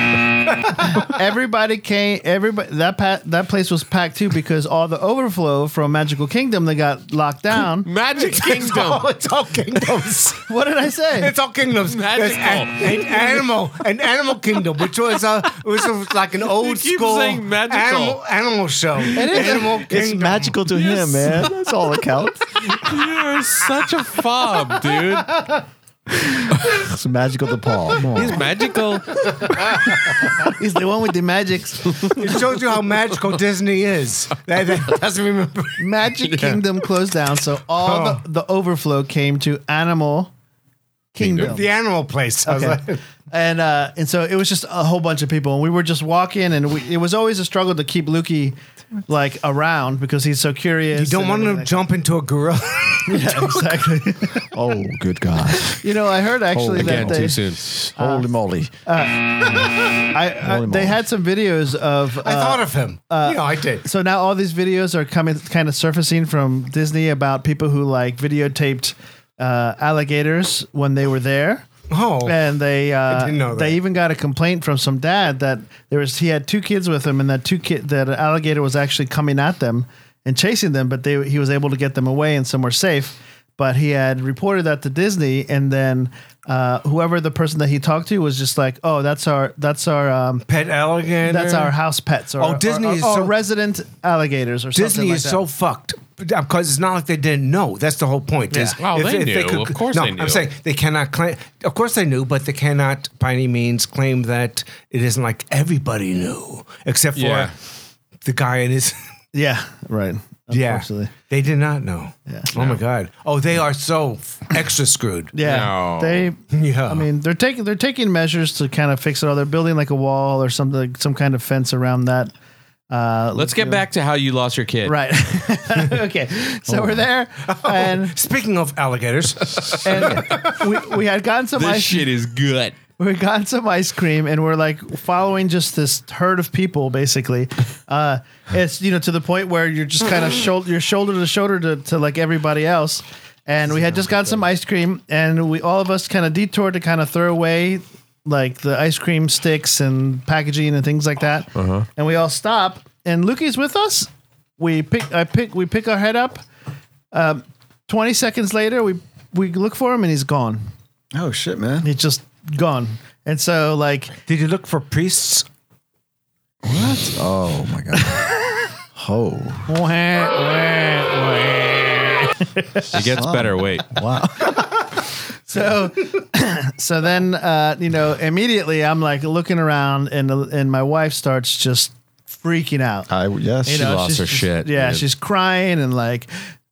Speaker 5: everybody came. Everybody that pa- that place was packed too because all the overflow from Magical Kingdom that got locked down.
Speaker 3: Magic Kingdom.
Speaker 4: it's all kingdoms.
Speaker 5: what did I say?
Speaker 4: it's all kingdoms.
Speaker 3: Magical.
Speaker 4: It's an, an animal, an animal kingdom, which was a, which was like an old
Speaker 3: keep
Speaker 4: school
Speaker 3: saying magical.
Speaker 4: animal animal show.
Speaker 5: is.
Speaker 4: animal
Speaker 1: It's
Speaker 4: kingdom.
Speaker 1: magical to him, man. That's all that counts.
Speaker 3: You're such a fob, dude.
Speaker 1: It's magical DePaul.
Speaker 3: He's magical.
Speaker 5: He's the one with the magics.
Speaker 4: It shows you how magical Disney is. That, that doesn't remember.
Speaker 5: Magic Kingdom closed down, so all the, the overflow came to Animal Kingdom.
Speaker 4: The animal place. I was
Speaker 5: Okay.
Speaker 4: like,
Speaker 5: and uh, and so it was just a whole bunch of people, and we were just walking, and we, it was always a struggle to keep Lukey like around because he's so curious.
Speaker 4: you don't
Speaker 5: and
Speaker 4: want him to
Speaker 5: everything.
Speaker 4: jump into a gorilla.
Speaker 5: Yeah, exactly.
Speaker 1: Oh, good God.
Speaker 5: you know, I heard actually
Speaker 3: Again,
Speaker 5: that they,
Speaker 3: too soon.
Speaker 1: Holy moly.
Speaker 5: I, I,
Speaker 1: Holy
Speaker 5: they
Speaker 1: moly.
Speaker 5: had some videos of.
Speaker 4: I
Speaker 5: uh,
Speaker 4: thought of him. you know, I did.
Speaker 5: so now all these videos are coming kind of surfacing from Disney about people who like videotaped uh, alligators when they were there.
Speaker 4: Oh.
Speaker 5: and they uh,
Speaker 4: didn't know
Speaker 5: they
Speaker 4: that.
Speaker 5: even got a complaint from some dad that there was he had two kids with him and that two kid that an alligator was actually coming at them and chasing them, but they he was able to get them away and somewhere safe. But he had reported that to Disney, and then uh, whoever the person that he talked to was just like, "Oh, that's our that's our um,
Speaker 4: Pet alligator.
Speaker 5: that's our house pets or
Speaker 4: Oh, Disney
Speaker 5: or, or,
Speaker 4: is
Speaker 5: or
Speaker 4: so-
Speaker 5: resident alligators or something
Speaker 4: Disney
Speaker 5: like
Speaker 4: is
Speaker 5: that.
Speaker 4: so fucked because it's not like they didn't know. That's the whole point. Is
Speaker 3: Yeah. Well, they knew. Of course
Speaker 4: no,
Speaker 3: they knew.
Speaker 4: I'm saying they cannot claim. Of course they knew, but they cannot by any means claim that it isn't like everybody knew, except for
Speaker 3: Yeah.
Speaker 4: the guy in his.
Speaker 5: yeah right
Speaker 4: Yeah,
Speaker 5: Unfortunately.
Speaker 4: they did not know. Oh my god. Oh, they are so extra screwed.
Speaker 5: Yeah,
Speaker 3: No.
Speaker 5: they.
Speaker 4: Yeah.
Speaker 5: I mean, they're taking they're taking measures to kind of fix it all. They're building like a wall or something, like some kind of fence around that. Uh,
Speaker 3: Let's get back to how you lost your kid.
Speaker 5: right. okay, so
Speaker 3: Oh.
Speaker 5: we're there, and
Speaker 4: Speaking of alligators,
Speaker 5: and we, we had gotten some
Speaker 3: This
Speaker 5: ice
Speaker 3: shit is good.
Speaker 5: we got some ice cream and we're like following just this herd of people basically uh it's you know to the point where you're just kind of shoulder you're shoulder to shoulder to, to like everybody else and we had just got some ice cream and we all of us kind of detoured to kind of throw away like the ice cream sticks and packaging and things like that and we all stop and Lukey's with us we pick I pick we pick our head up um 20 seconds later we we look for him and he's gone
Speaker 1: Oh, shit, man.
Speaker 5: he's just gone. And so like
Speaker 4: did you look for priests?
Speaker 1: Oh, my God. Oh.
Speaker 3: It gets better. Wait.
Speaker 5: so so then uh you know immediately I'm like looking around and and my wife starts just freaking out.
Speaker 1: I, yes.
Speaker 5: You know,
Speaker 3: Uh, lost
Speaker 5: she's
Speaker 3: her
Speaker 5: just-
Speaker 3: shit,
Speaker 5: Yeah,
Speaker 3: dude.
Speaker 5: she's crying and like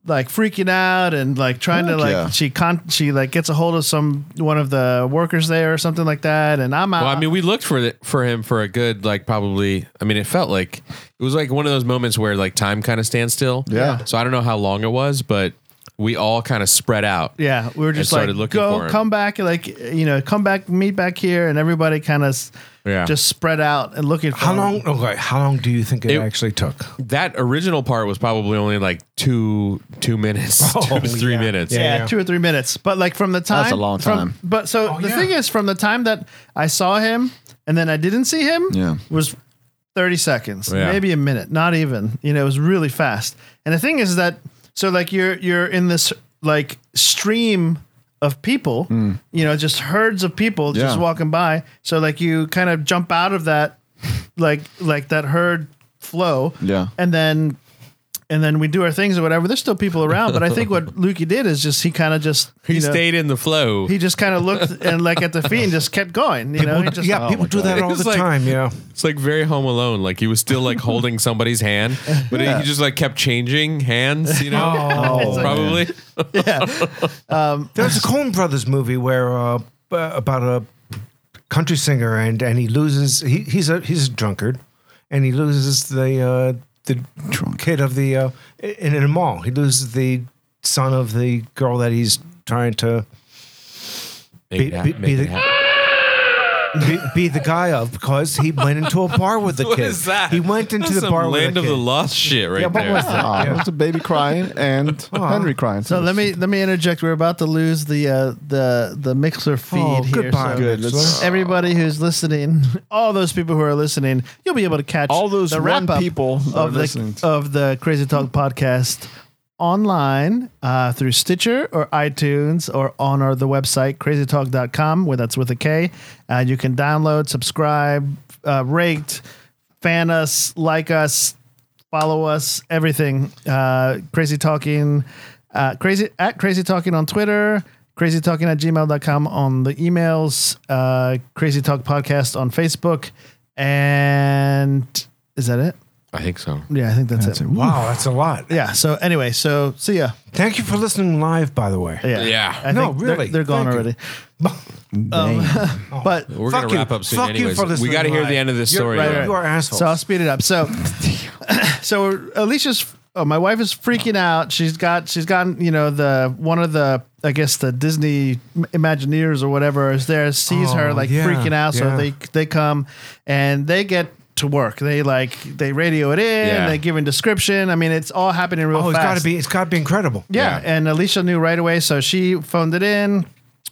Speaker 5: like freaking out and like trying to
Speaker 1: Fuck
Speaker 5: like
Speaker 1: yeah.
Speaker 5: she con she like gets a hold of some one of the workers there or something like that and I'm out.
Speaker 3: Well, I mean, we looked for the, for him for a good like probably. I mean, it felt like it was like one of those moments where like time kind of stands still.
Speaker 1: Yeah.
Speaker 3: So I don't know how long it was, but we all kind of spread out.
Speaker 5: Yeah, we were just like,
Speaker 3: started looking
Speaker 5: go,
Speaker 3: for him.
Speaker 5: come back, like you know, come back, meet back here, and everybody kind of
Speaker 3: Yeah.
Speaker 5: just spread out and looking. For
Speaker 4: How
Speaker 5: him.
Speaker 4: long? Okay, how long do you think it,
Speaker 3: Um, It-
Speaker 4: actually took?
Speaker 3: That original part was probably only like two two minutes, two
Speaker 4: Oh,
Speaker 3: to three
Speaker 4: yeah.
Speaker 3: minutes.
Speaker 5: Yeah,
Speaker 4: Yeah. Oh,
Speaker 5: two or three minutes. But like from the time
Speaker 1: a long
Speaker 5: from-
Speaker 1: time.
Speaker 5: but so the
Speaker 4: yeah.
Speaker 5: thing is, from the time that I saw him and then I didn't see him,
Speaker 1: Yeah.
Speaker 5: was thirty seconds,
Speaker 3: Yeah.
Speaker 5: maybe a minute, not even. You know, it was really fast. And the thing is that so like you're you're in this like stream of people,
Speaker 4: Mm.
Speaker 5: you know, just herds of people just
Speaker 1: Yeah.
Speaker 5: walking by. So like you kind of jump out of that like like that herd flow.
Speaker 1: Yeah.
Speaker 5: And then and then we do our things or whatever. There's still people around, but I think what Lukey did is just he kind of just
Speaker 3: He
Speaker 5: you know,
Speaker 3: stayed in the flow.
Speaker 5: He just kind of looked and like at the feet and just kept going. You know, he just,
Speaker 4: Yeah, people do that all
Speaker 3: Oh It's
Speaker 4: the
Speaker 3: like-
Speaker 4: time. Yeah.
Speaker 3: it's like very Home Alone. Like he was still like holding somebody's hand, but he just like kept changing hands. You know,
Speaker 4: Oh.
Speaker 3: probably.
Speaker 4: There's a Coen Brothers movie where uh, b- about a country singer and and he loses. He, he's a he's a drunkard, and he loses the uh, the kid of the uh, in, in a mall. He loses the son of the girl that he's trying to
Speaker 3: Make it
Speaker 4: Be-
Speaker 3: hap-
Speaker 4: be-
Speaker 3: make
Speaker 4: be
Speaker 3: it
Speaker 4: the-
Speaker 3: happen.
Speaker 4: be, be the guy of because he went into a bar with the
Speaker 3: What
Speaker 4: kid.
Speaker 3: is that?
Speaker 4: He went into
Speaker 3: That's
Speaker 4: the
Speaker 3: some
Speaker 4: bar with
Speaker 3: Land
Speaker 4: the
Speaker 3: of
Speaker 4: kid.
Speaker 3: the Lost shit right
Speaker 4: Yeah, what
Speaker 3: there.
Speaker 4: was that?
Speaker 1: Ah,
Speaker 4: Yeah.
Speaker 1: It's a baby crying and Henry crying.
Speaker 5: So let me let me interject. We're about to lose the uh, the the mixer feed
Speaker 4: Oh,
Speaker 5: here.
Speaker 4: goodbye.
Speaker 5: so
Speaker 1: Good, let's-
Speaker 5: Everybody who's listening, all those people who are listening, you'll be able to catch
Speaker 1: All those
Speaker 5: the
Speaker 1: one
Speaker 5: wrap up
Speaker 1: people that are
Speaker 5: of the
Speaker 1: listening.
Speaker 5: of the Crazy Talk podcast online uh, through Stitcher or iTunes or on our the website crazytalk.com where that's with a K. Uh, you can download, subscribe, uh, rate, fan us, like us, follow us, everything. Uh, crazy Talking, uh, crazy at Crazy Talking on Twitter. crazytalking at gmail.com on the emails, uh, Crazy Talk Podcast on Facebook. And is that it?
Speaker 3: I think so.
Speaker 5: Yeah, I think that's, it.
Speaker 4: Wow, that's a lot.
Speaker 5: Yeah. So anyway, so see ya.
Speaker 4: Thank you for listening live, by the way.
Speaker 5: Yeah.
Speaker 3: Yeah.
Speaker 5: I
Speaker 4: No,
Speaker 5: think they're-
Speaker 4: really.
Speaker 5: They're, gone
Speaker 4: Thank you.
Speaker 5: already. Um, but
Speaker 3: We're
Speaker 4: Fuck
Speaker 3: gonna
Speaker 4: you.
Speaker 3: wrap up soon.
Speaker 4: Fuck you
Speaker 3: anyways,
Speaker 4: for listening
Speaker 3: we got to hear
Speaker 4: live.
Speaker 3: the end of this
Speaker 4: You're
Speaker 3: story.
Speaker 4: right,
Speaker 3: though.
Speaker 4: right. You are assholes.
Speaker 5: So I'll speed it up. So, so Alicia's, oh, my wife is freaking out. She's got, she's gotten, you know, the one of the, I guess the Disney Imagineers or whatever is there, sees her
Speaker 4: Oh,
Speaker 5: like
Speaker 4: yeah,
Speaker 5: freaking out. So
Speaker 4: yeah.
Speaker 5: they they come and they get to work. They like they radio it in.
Speaker 3: Yeah.
Speaker 5: They give a description. I mean, it's all happening real
Speaker 4: Oh, it's
Speaker 5: fast.
Speaker 4: got to be. It's got to be incredible.
Speaker 5: Yeah,
Speaker 3: Yeah.
Speaker 5: and Alicia knew right away, so she phoned it in,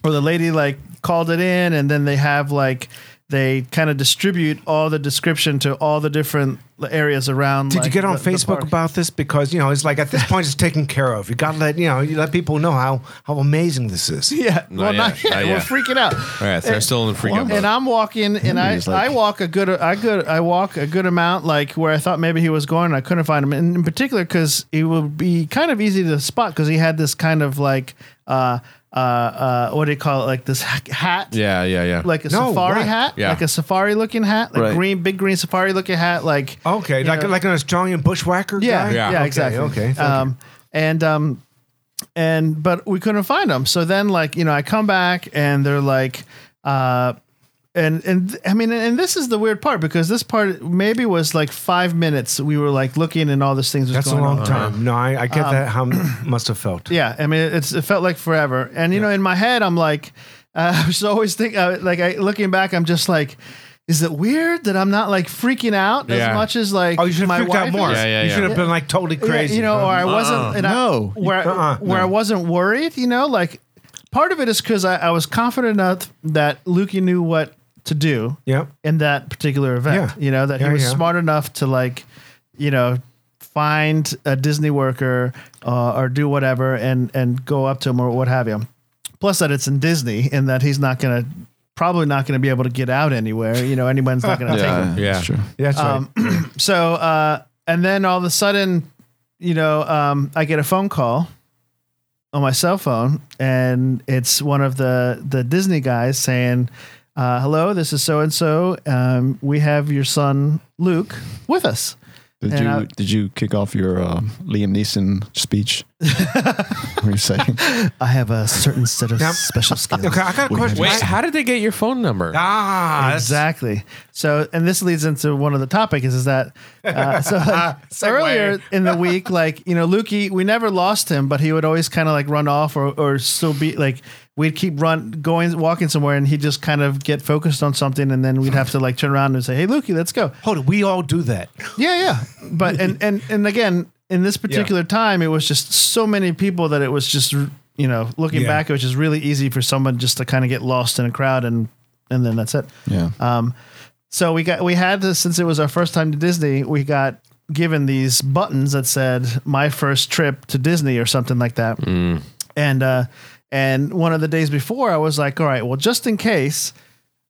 Speaker 5: or the lady like called it in, and then they have like they kind of distribute all the description to all the different areas around.
Speaker 4: Did you get on Facebook about this? Because you know, it's like at this point, it's taken care of. You got to let you know, you let people know how how amazing this is.
Speaker 5: Yeah,
Speaker 3: Not
Speaker 5: well,
Speaker 3: yet,
Speaker 5: not yet.
Speaker 3: not
Speaker 5: We're
Speaker 3: yet.
Speaker 5: freaking out.
Speaker 3: All right, so they're still in freak out mode.
Speaker 5: And I'm walking, and I, I walk a good I good I walk a good amount, like where I thought maybe he was going. and I couldn't find him, and in particular because it would be kind of easy to spot because he had this kind of like uh uh uh what do you call it like this ha- hat
Speaker 3: yeah, yeah, yeah.
Speaker 5: like a
Speaker 4: No,
Speaker 5: safari
Speaker 4: what?
Speaker 5: hat,
Speaker 3: Yeah.
Speaker 5: like a safari looking hat, like
Speaker 1: Right.
Speaker 5: green, big green safari looking hat, like
Speaker 4: Okay,
Speaker 5: you
Speaker 4: like
Speaker 5: know.
Speaker 4: like an Australian bushwhacker.
Speaker 5: yeah,
Speaker 4: guy?
Speaker 5: yeah,
Speaker 3: Yeah. Okay,
Speaker 5: exactly.
Speaker 4: okay, thank
Speaker 5: um, and um, and but we couldn't find them. So then, like you know, I come back and they're like, uh, and and th- I mean, and this is the weird part because this part maybe was like five minutes. We were like looking and all these things was
Speaker 4: that's a
Speaker 5: going
Speaker 4: long
Speaker 5: on. Um,
Speaker 4: time. No, I, I get that. How it must have felt.
Speaker 5: Yeah, I mean, it's it felt like forever. And you know, in my head, I'm like, uh, I was always think uh, like I looking back, I'm just like, is it weird that I'm not like freaking out
Speaker 3: Yeah.
Speaker 5: as much as like
Speaker 4: Oh, you should have
Speaker 5: my
Speaker 4: freaked out
Speaker 5: wife
Speaker 4: more.
Speaker 5: is?
Speaker 3: Yeah, yeah,
Speaker 4: You
Speaker 3: yeah.
Speaker 4: should have been like totally
Speaker 5: Yeah,
Speaker 4: crazy.
Speaker 5: you know, or I wasn't, and
Speaker 1: No.
Speaker 5: I, where
Speaker 4: Uh-uh,
Speaker 5: where I
Speaker 4: no.
Speaker 5: wasn't worried, you know, like part of it is because I, I was confident enough that Lukey knew what to do
Speaker 4: Yeah.
Speaker 5: in that particular event,
Speaker 4: Yeah.
Speaker 5: you know, that
Speaker 4: Yeah,
Speaker 5: he was
Speaker 4: yeah.
Speaker 5: smart enough to like, you know, find a Disney worker uh, or do whatever and and go up to him or what have you. Plus that it's in Disney and that he's not gonna probably not gonna be able to get out anywhere, you know, anyone's not gonna take him
Speaker 3: yeah.
Speaker 4: Yeah, that's right.
Speaker 5: um, so uh and then all of a sudden you know um i get a phone call on my cell phone and it's one of the the disney guys saying uh hello this is so and so um we have your son luke with us
Speaker 2: Did
Speaker 5: And
Speaker 2: you
Speaker 5: I-
Speaker 2: did you kick off your uh, Liam Neeson speech? what are you saying?
Speaker 5: i have a certain set of
Speaker 4: Now-
Speaker 5: special skills
Speaker 4: okay, I got a question.
Speaker 3: Wait,
Speaker 4: I-
Speaker 3: how did they get your phone number?
Speaker 4: ah, that's-
Speaker 5: Exactly. So, and this leads into one of the topics is, is that uh, so like, earlier in the week, like you know, Lukey, we never lost him, but he would always kind of like run off or or still be like we'd keep run going walking somewhere, and he'd just kind of get focused on something, and then we'd have to like turn around and say, "Hey, Lukey, let's go."
Speaker 4: Hold it. We all do that.
Speaker 5: Yeah, yeah. But and and and again, in this particular time, it was just so many people that it was just you know looking
Speaker 4: Yeah.
Speaker 5: back, it was just really easy for someone just to kind of get lost in a crowd and and then that's it.
Speaker 2: Yeah.
Speaker 5: Um, so we got we had this since it was our first time to Disney. We got given these buttons that said "My first trip to Disney" or something like that. And uh, and one of the days before, I was like, "All right, well, just in case,"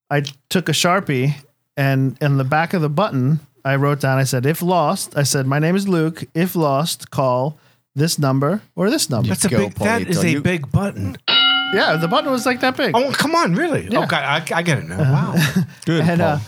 Speaker 5: I took a sharpie and in the back of the button, I wrote down. I said, "If lost," I said, "My name is Luke. If lost, call." This number or this number?
Speaker 4: That's a
Speaker 2: Go,
Speaker 4: big. That
Speaker 2: Paulito,
Speaker 4: is a
Speaker 2: you-
Speaker 4: big button.
Speaker 5: Yeah, the button was like that big.
Speaker 4: Oh, come on, really?
Speaker 5: Yeah. Uh-huh.
Speaker 4: Okay, I, I get it now. Wow.
Speaker 2: Good.
Speaker 5: and
Speaker 2: Paul.
Speaker 5: uh,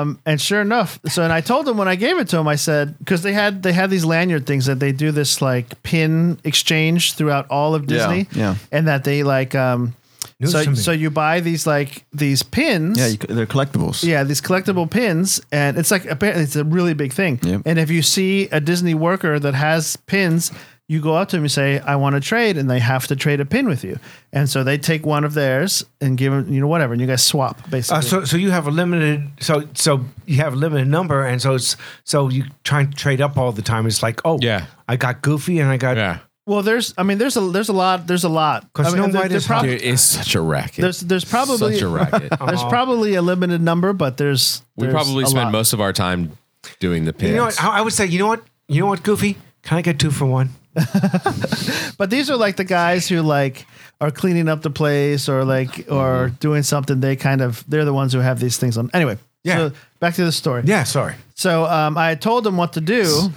Speaker 5: um, and sure enough, so and I told him when I gave it to him, I said because they had they had these lanyard things that they do this like pin exchange throughout all of
Speaker 2: Yeah,
Speaker 5: Disney,
Speaker 2: yeah.
Speaker 5: and that they like um,
Speaker 4: News to
Speaker 5: so
Speaker 4: me.
Speaker 5: so you buy these like these pins,
Speaker 2: yeah, you, c- they're collectibles.
Speaker 5: yeah, these collectible pins, and it's like apparently it's a really big thing.
Speaker 2: Yep.
Speaker 5: And if you see a Disney worker that has pins, you go up to them and say, "I want to trade," and they have to trade a pin with you. And so they take one of theirs and give them, you know, whatever, and you guys swap basically.
Speaker 4: Uh, so, so you have a limited, so so you have a limited number, and so it's so you try to trade up all the time. It's like, oh,
Speaker 3: Yeah.
Speaker 4: I got Goofy, and I got
Speaker 3: yeah.
Speaker 5: Well, there's, I mean, there's a, there's a lot, there's a lot.
Speaker 4: 'Cause
Speaker 5: I mean,
Speaker 4: no
Speaker 5: there-
Speaker 4: white
Speaker 5: there
Speaker 4: is
Speaker 5: prob-
Speaker 3: Dude, it's such a racket.
Speaker 5: there's, there's probably,
Speaker 3: such a racket.
Speaker 5: there's probably a limited number, but there's,
Speaker 3: we
Speaker 5: there's
Speaker 3: probably
Speaker 5: a
Speaker 3: spend
Speaker 5: lot.
Speaker 3: most of our time doing the pins.
Speaker 4: You know what? I I would say, you know what? You know what, Goofy? Can I get two for one?
Speaker 5: But these are like the guys who like are cleaning up the place or like or
Speaker 4: Mm-hmm.
Speaker 5: doing something. They kind of they're the ones who have these things on. Anyway,
Speaker 4: Yeah.
Speaker 5: So back to the story.
Speaker 4: Yeah, sorry.
Speaker 5: So um, I told him what to do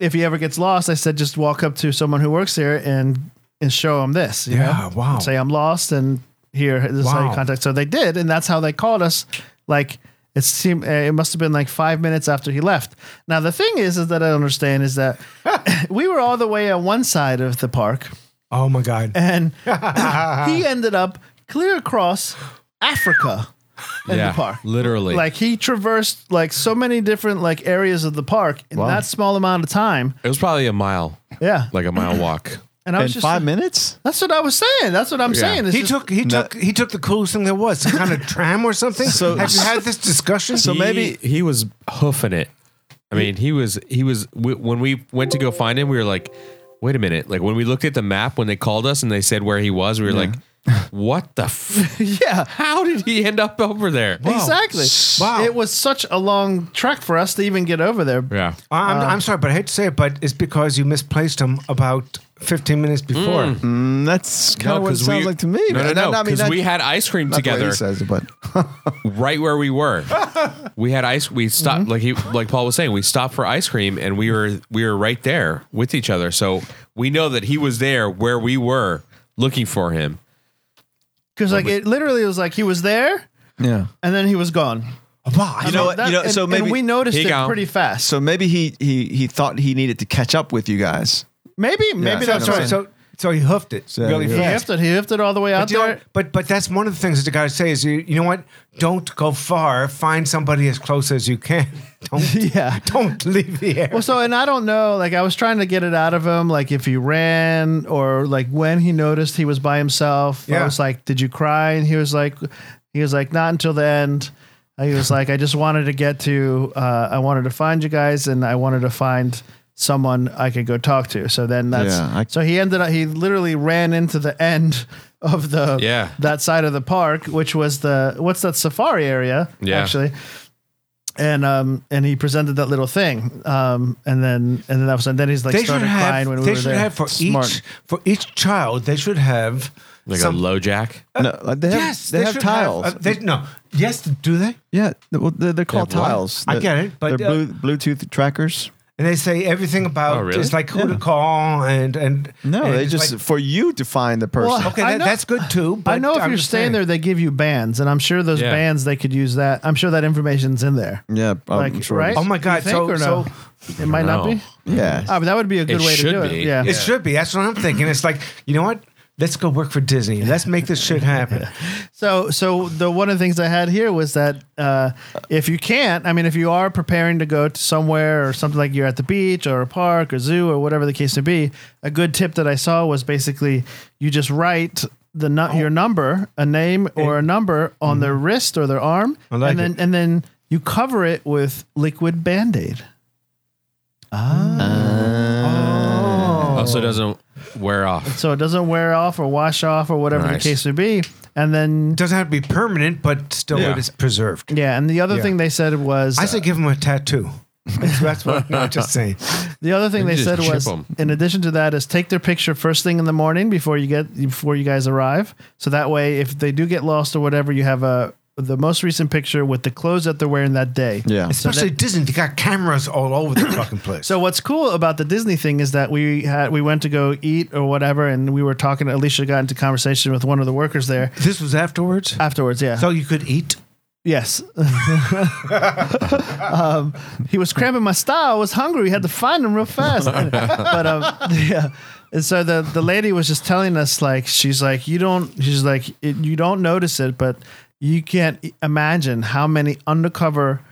Speaker 5: if he ever gets lost. I said just walk up to someone who works here and and show them this. you
Speaker 4: Yeah,
Speaker 5: know?
Speaker 4: wow.
Speaker 5: Say I'm lost, and here this is how
Speaker 4: Wow.
Speaker 5: you contact. So they did, and that's how they called us. Like it seemed, uh, it must have been like five minutes after he left. Now the thing is, is that I understand is that we were all the way on one side of the park,
Speaker 4: Oh my God.
Speaker 5: and he ended up clear across Africa in
Speaker 3: yeah,
Speaker 5: the park.
Speaker 3: literally.
Speaker 5: Like he traversed like so many different like areas of the park in that small amount of time.
Speaker 3: it was probably a mile,
Speaker 5: Yeah,
Speaker 3: like a mile walk.
Speaker 5: and I was
Speaker 2: In
Speaker 5: just
Speaker 2: five minutes?
Speaker 5: that's what I was saying. That's what I'm
Speaker 3: Yeah.
Speaker 5: saying. It's
Speaker 4: He
Speaker 5: just-
Speaker 4: took he took he took the coolest thing there was, some kind of tram or something. So, Have you had this discussion?
Speaker 3: So maybe he was hoofing it. I mean, he was he was w- when we went to go find him, we were like, wait a minute. Like when we looked at the map when they called us and they said where he was, we were like, what the f-
Speaker 5: yeah.
Speaker 3: How did he end up over there?
Speaker 5: Exactly.
Speaker 4: Wow.
Speaker 5: It was such a long trek for us to even get over there.
Speaker 3: Yeah.
Speaker 4: I- I'm, I'm sorry, but I hate to say it, but it's because you misplaced him about 15 minutes before.
Speaker 2: Mm, that's kind of what it
Speaker 3: 'cause
Speaker 2: sounds
Speaker 3: we-
Speaker 2: like to me.
Speaker 3: No, no,
Speaker 2: but that-
Speaker 3: no.
Speaker 2: I mean,
Speaker 3: Because
Speaker 2: that-
Speaker 3: we had ice cream
Speaker 2: that's what he
Speaker 3: together
Speaker 2: says, but
Speaker 3: right where we were. we had ice. We stopped
Speaker 5: Mm-hmm.
Speaker 3: like he like Paul was saying. We stopped for ice cream, and we were we were right there with each other. So we know that he was there where we were looking for him.
Speaker 5: Because like it literally was like he was there
Speaker 2: yeah.
Speaker 5: and then he was gone.
Speaker 4: Wow.
Speaker 5: You
Speaker 1: know what- you know, so maybe-
Speaker 5: we noticed
Speaker 3: He
Speaker 5: it
Speaker 3: gone.
Speaker 5: pretty fast. So
Speaker 1: So maybe he he he thought he needed to catch up with you guys.
Speaker 5: maybe maybe
Speaker 1: so-
Speaker 5: that's
Speaker 4: So,
Speaker 5: right.
Speaker 4: so, so he hoofed it really
Speaker 1: he
Speaker 5: he
Speaker 4: fast.
Speaker 5: lifted, he lifted all the way out
Speaker 4: Do you know
Speaker 5: there.
Speaker 4: what? but but that's one of the things that you got to say is you, you know what? Don't go far. Find somebody as close as you can. Don't,
Speaker 5: Yeah.
Speaker 4: Don't leave the air.
Speaker 5: Well, so and I don't know. Like I was trying to get it out of him, like if he ran or like when he noticed he was by himself. I
Speaker 4: Yeah.
Speaker 5: was like, "Did you cry?" And he was like, "He was like, not until the end." And He was like, "I just wanted to get to. Uh, I wanted to find you guys, and I wanted to find someone I could go talk to." So then that's.
Speaker 2: Yeah, I-
Speaker 5: so he ended up. He literally ran into the end of the
Speaker 3: Yeah.
Speaker 5: that side of the park, which was the what's that safari area?
Speaker 3: Yeah.
Speaker 5: actually and um and he presented that little thing um and then and then that was and then he's like
Speaker 4: they should
Speaker 5: started
Speaker 4: have.
Speaker 5: crying when we
Speaker 4: they
Speaker 5: were
Speaker 4: should
Speaker 5: there.
Speaker 4: have for each for each child. They should have
Speaker 3: Like
Speaker 4: some-
Speaker 3: a low jack.
Speaker 2: No, like, they have,
Speaker 4: yes.
Speaker 2: they, have
Speaker 4: should
Speaker 2: tiles.
Speaker 4: uh, they, no. Yes. Do they?
Speaker 2: yeah, th- well, they're, they're called
Speaker 3: have what?
Speaker 2: tiles.
Speaker 4: I
Speaker 2: They're-
Speaker 4: get it, but,
Speaker 2: they're
Speaker 4: uh,
Speaker 2: blue, Bluetooth trackers.
Speaker 4: And they say everything about
Speaker 3: Oh, really?
Speaker 4: it's like who to call and and
Speaker 2: No,
Speaker 4: and
Speaker 2: they
Speaker 4: it's
Speaker 2: just
Speaker 4: like-
Speaker 2: for you to find the person.
Speaker 5: Well,
Speaker 4: okay.
Speaker 5: I
Speaker 4: That,
Speaker 5: know-
Speaker 4: that's good too. But
Speaker 5: I know if
Speaker 4: I'm
Speaker 5: you're
Speaker 4: just saying-
Speaker 5: staying there, they give you bands, and I'm sure those
Speaker 3: Yeah.
Speaker 5: bands they could use that. I'm sure that information's in there.
Speaker 2: yeah, I'm
Speaker 5: like,
Speaker 2: sure.
Speaker 5: right?
Speaker 4: Oh my
Speaker 5: You
Speaker 4: God,
Speaker 5: think,
Speaker 4: so-
Speaker 5: or no? it might not
Speaker 3: know.
Speaker 5: be.
Speaker 2: Yeah.
Speaker 5: Oh, but that would be a good
Speaker 3: It
Speaker 5: way to
Speaker 3: should
Speaker 5: do
Speaker 3: be.
Speaker 5: it. Yeah.
Speaker 4: It should be. That's what I'm thinking. It's like you know what? Let's go work for Disney. Let's make this shit happen.
Speaker 5: So, so the one of the things I had here was that uh, if you can't, I mean, if you are preparing to go to somewhere or something like you're at the beach or a park or zoo or whatever the case may be, a good tip that I saw was basically you just write the nu-
Speaker 4: Oh.
Speaker 5: your number, a name or a number on their wrist or their arm,
Speaker 4: Mm-hmm. like
Speaker 5: and then and then you cover it with liquid band aid. Oh.
Speaker 3: Also doesn't wear off.
Speaker 5: So it doesn't wear off or wash off or whatever
Speaker 3: Nice.
Speaker 5: the case may be. And then,
Speaker 4: Doesn't have to be permanent, but still
Speaker 3: Yeah.
Speaker 4: it is preserved.
Speaker 5: yeah. And the other
Speaker 4: Yeah.
Speaker 5: thing they said was
Speaker 4: I say give him a tattoo. That's, that's what I'm just saying.
Speaker 5: The other thing they
Speaker 3: Maybe
Speaker 5: said
Speaker 3: just chip
Speaker 5: was,
Speaker 3: 'em.
Speaker 5: in addition to that, is take their picture first thing in the morning before you get before you guys arrive. So that way, if they do get lost or whatever, you have a the most recent picture with the clothes that they're wearing that day.
Speaker 2: yeah.
Speaker 4: Especially Disney, they got cameras all over the fucking place.
Speaker 5: So what's cool about the Disney thing is that we had we went to go eat or whatever, and we were talking. Alicia got into conversation with one of the workers there
Speaker 4: this was afterwards,
Speaker 5: afterwards. Yeah.
Speaker 4: so you could eat.
Speaker 5: yes. um, he was cramping my style. I was hungry. We had to find him real fast. but um, yeah. And so the the lady was just telling us like she's like you don't she's like it, you don't notice it, but you can't i- imagine how many undercover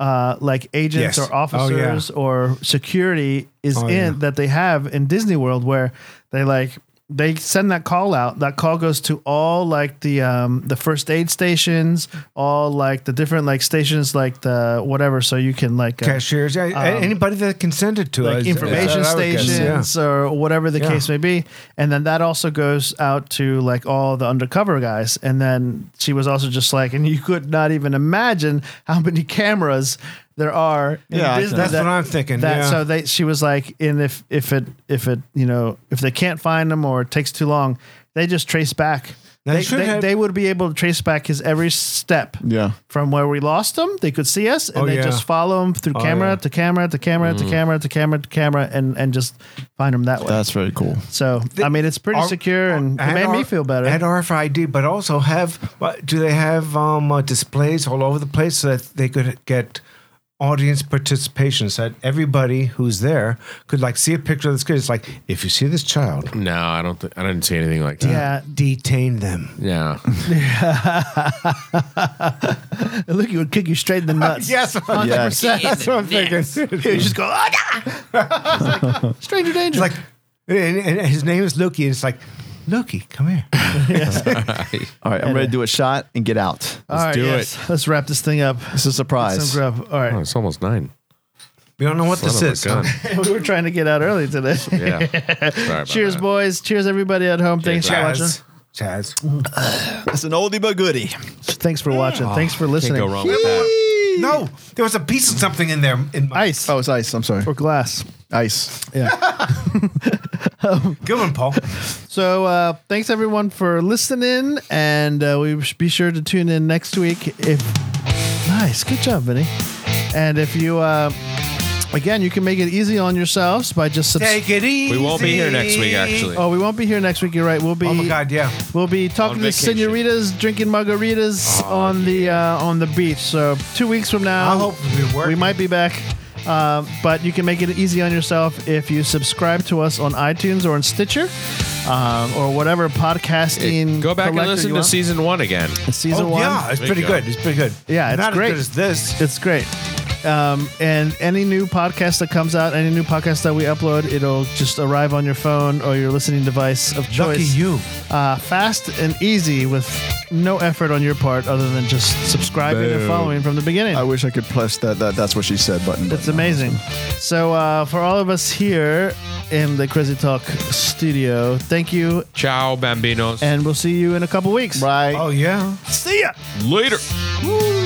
Speaker 5: uh, like agents
Speaker 4: Yes.
Speaker 5: or
Speaker 4: Oh, yeah.
Speaker 5: officers or security is in
Speaker 4: yeah.
Speaker 5: that they have in Disney World where they like they send that call out. That call goes to all like the um the first aid stations, all like the different like stations like the whatever so you can like uh,
Speaker 4: Cashiers, yeah, anybody that can send it to
Speaker 5: like
Speaker 4: us.
Speaker 5: information
Speaker 4: That's what I would guess, yeah.
Speaker 5: stations or whatever the
Speaker 4: Yeah.
Speaker 5: case may be. And then that also goes out to like all the undercover guys. And then she was also just like, and you could not even imagine how many cameras there are. in
Speaker 2: Yeah, I-
Speaker 5: Disney
Speaker 4: That's
Speaker 5: that-
Speaker 4: what I'm thinking.
Speaker 5: that
Speaker 4: yeah.
Speaker 5: so they she was like and if if it if it you know if they can't find them or it takes too long they just trace back They,
Speaker 4: should
Speaker 5: they,
Speaker 4: have-
Speaker 5: they would be able to trace back his every step.
Speaker 2: Yeah.
Speaker 5: From where we lost him, they could see us, and
Speaker 4: Oh,
Speaker 5: they
Speaker 4: yeah.
Speaker 5: just follow him through
Speaker 4: Oh,
Speaker 5: camera
Speaker 4: yeah.
Speaker 5: to camera to camera to camera to camera to camera, and and just find him that way.
Speaker 2: That's very cool.
Speaker 5: so I mean, it's pretty
Speaker 4: Or-
Speaker 5: secure, and it
Speaker 4: add
Speaker 5: made me
Speaker 4: R-
Speaker 5: feel better.
Speaker 4: Add RFID, but also have what- do they have um, uh, displays all over the place so that they could get audience participation, so that everybody who's there could like see a picture of this kid. It's like if you see this child,
Speaker 3: No, I don't. Th- I didn't see anything like that.
Speaker 5: yeah,
Speaker 4: detain them.
Speaker 3: Yeah.
Speaker 5: Luke, he would kick you straight in the nuts.
Speaker 4: Yes,
Speaker 2: Yes.
Speaker 4: that's what I'm thinking.
Speaker 5: you just go, "Ah, nah!" stranger danger.
Speaker 4: like, and, and his name is Loki. And it's like Loki, come here.
Speaker 2: All right, I'm ready to do a shot and get out.
Speaker 5: All right,
Speaker 3: do
Speaker 5: it. Let's wrap this thing up.
Speaker 2: It's a surprise.
Speaker 5: Some grub. All right,
Speaker 3: Oh, it's almost nine.
Speaker 4: We don't know what
Speaker 3: Son of a
Speaker 4: this
Speaker 3: gun.
Speaker 4: is.
Speaker 5: we were trying to get out early today.
Speaker 3: Yeah. Sorry about
Speaker 5: Cheers,
Speaker 3: that.
Speaker 5: boys. Cheers, everybody at home. Thanks for watching.
Speaker 4: Chaz, Chaz.
Speaker 1: It's an oldie but goodie.
Speaker 5: Thanks for watching. Thanks for
Speaker 3: Can't
Speaker 5: listening.
Speaker 3: go wrong with that.
Speaker 4: No, there was a piece of something in there. In my
Speaker 5: Ice
Speaker 2: Oh, it's ice. I'm sorry.
Speaker 5: or glass.
Speaker 2: Ice.
Speaker 4: good one, Paul.
Speaker 5: So uh, thanks everyone for listening, and uh, we should be sure to tune in next week. If nice, good job, Vinny. And if you uh, again, you can make it easy on yourselves by just subs-
Speaker 4: Take it easy.
Speaker 3: We won't be here next week, actually.
Speaker 5: Oh, we won't be here next week. You're right. We'll be.
Speaker 4: Oh my God, yeah.
Speaker 5: We'll be
Speaker 3: On
Speaker 5: talking to
Speaker 3: vacation. Oh,
Speaker 5: senoritas, drinking margaritas on the uh, on the beach. So two weeks from now,
Speaker 4: I hope we work.
Speaker 5: we might be back. Um, but you can make it easy on yourself if you subscribe to us on iTunes or on Stitcher um, or whatever podcasting.
Speaker 3: Go back and
Speaker 5: collector
Speaker 3: listen
Speaker 5: you
Speaker 3: to
Speaker 5: want.
Speaker 3: season Oh, one again.
Speaker 5: season one.
Speaker 4: Oh, Yeah, it's
Speaker 3: There
Speaker 4: pretty
Speaker 3: you go.
Speaker 4: good. It's pretty good.
Speaker 5: Yeah, it's
Speaker 4: Not
Speaker 5: great.
Speaker 4: as good as this.
Speaker 5: It's great. Um, and any new podcast that comes out, any new podcast that we upload, it'll just arrive on your phone or your listening device of choice.
Speaker 4: Lucky you.
Speaker 5: uh, fast and easy with no effort on your part other than just subscribing and following from the beginning.
Speaker 2: I wish I could press that, that that's what she said button. but
Speaker 5: it's
Speaker 2: no.
Speaker 5: amazing. So, uh, for all of us here in the Crazy Talk studio, thank you,
Speaker 3: Ciao, bambinos.
Speaker 5: and we'll see you in a couple weeks.
Speaker 2: Right.
Speaker 4: Oh yeah.
Speaker 5: See ya.
Speaker 3: Later.
Speaker 5: Woo.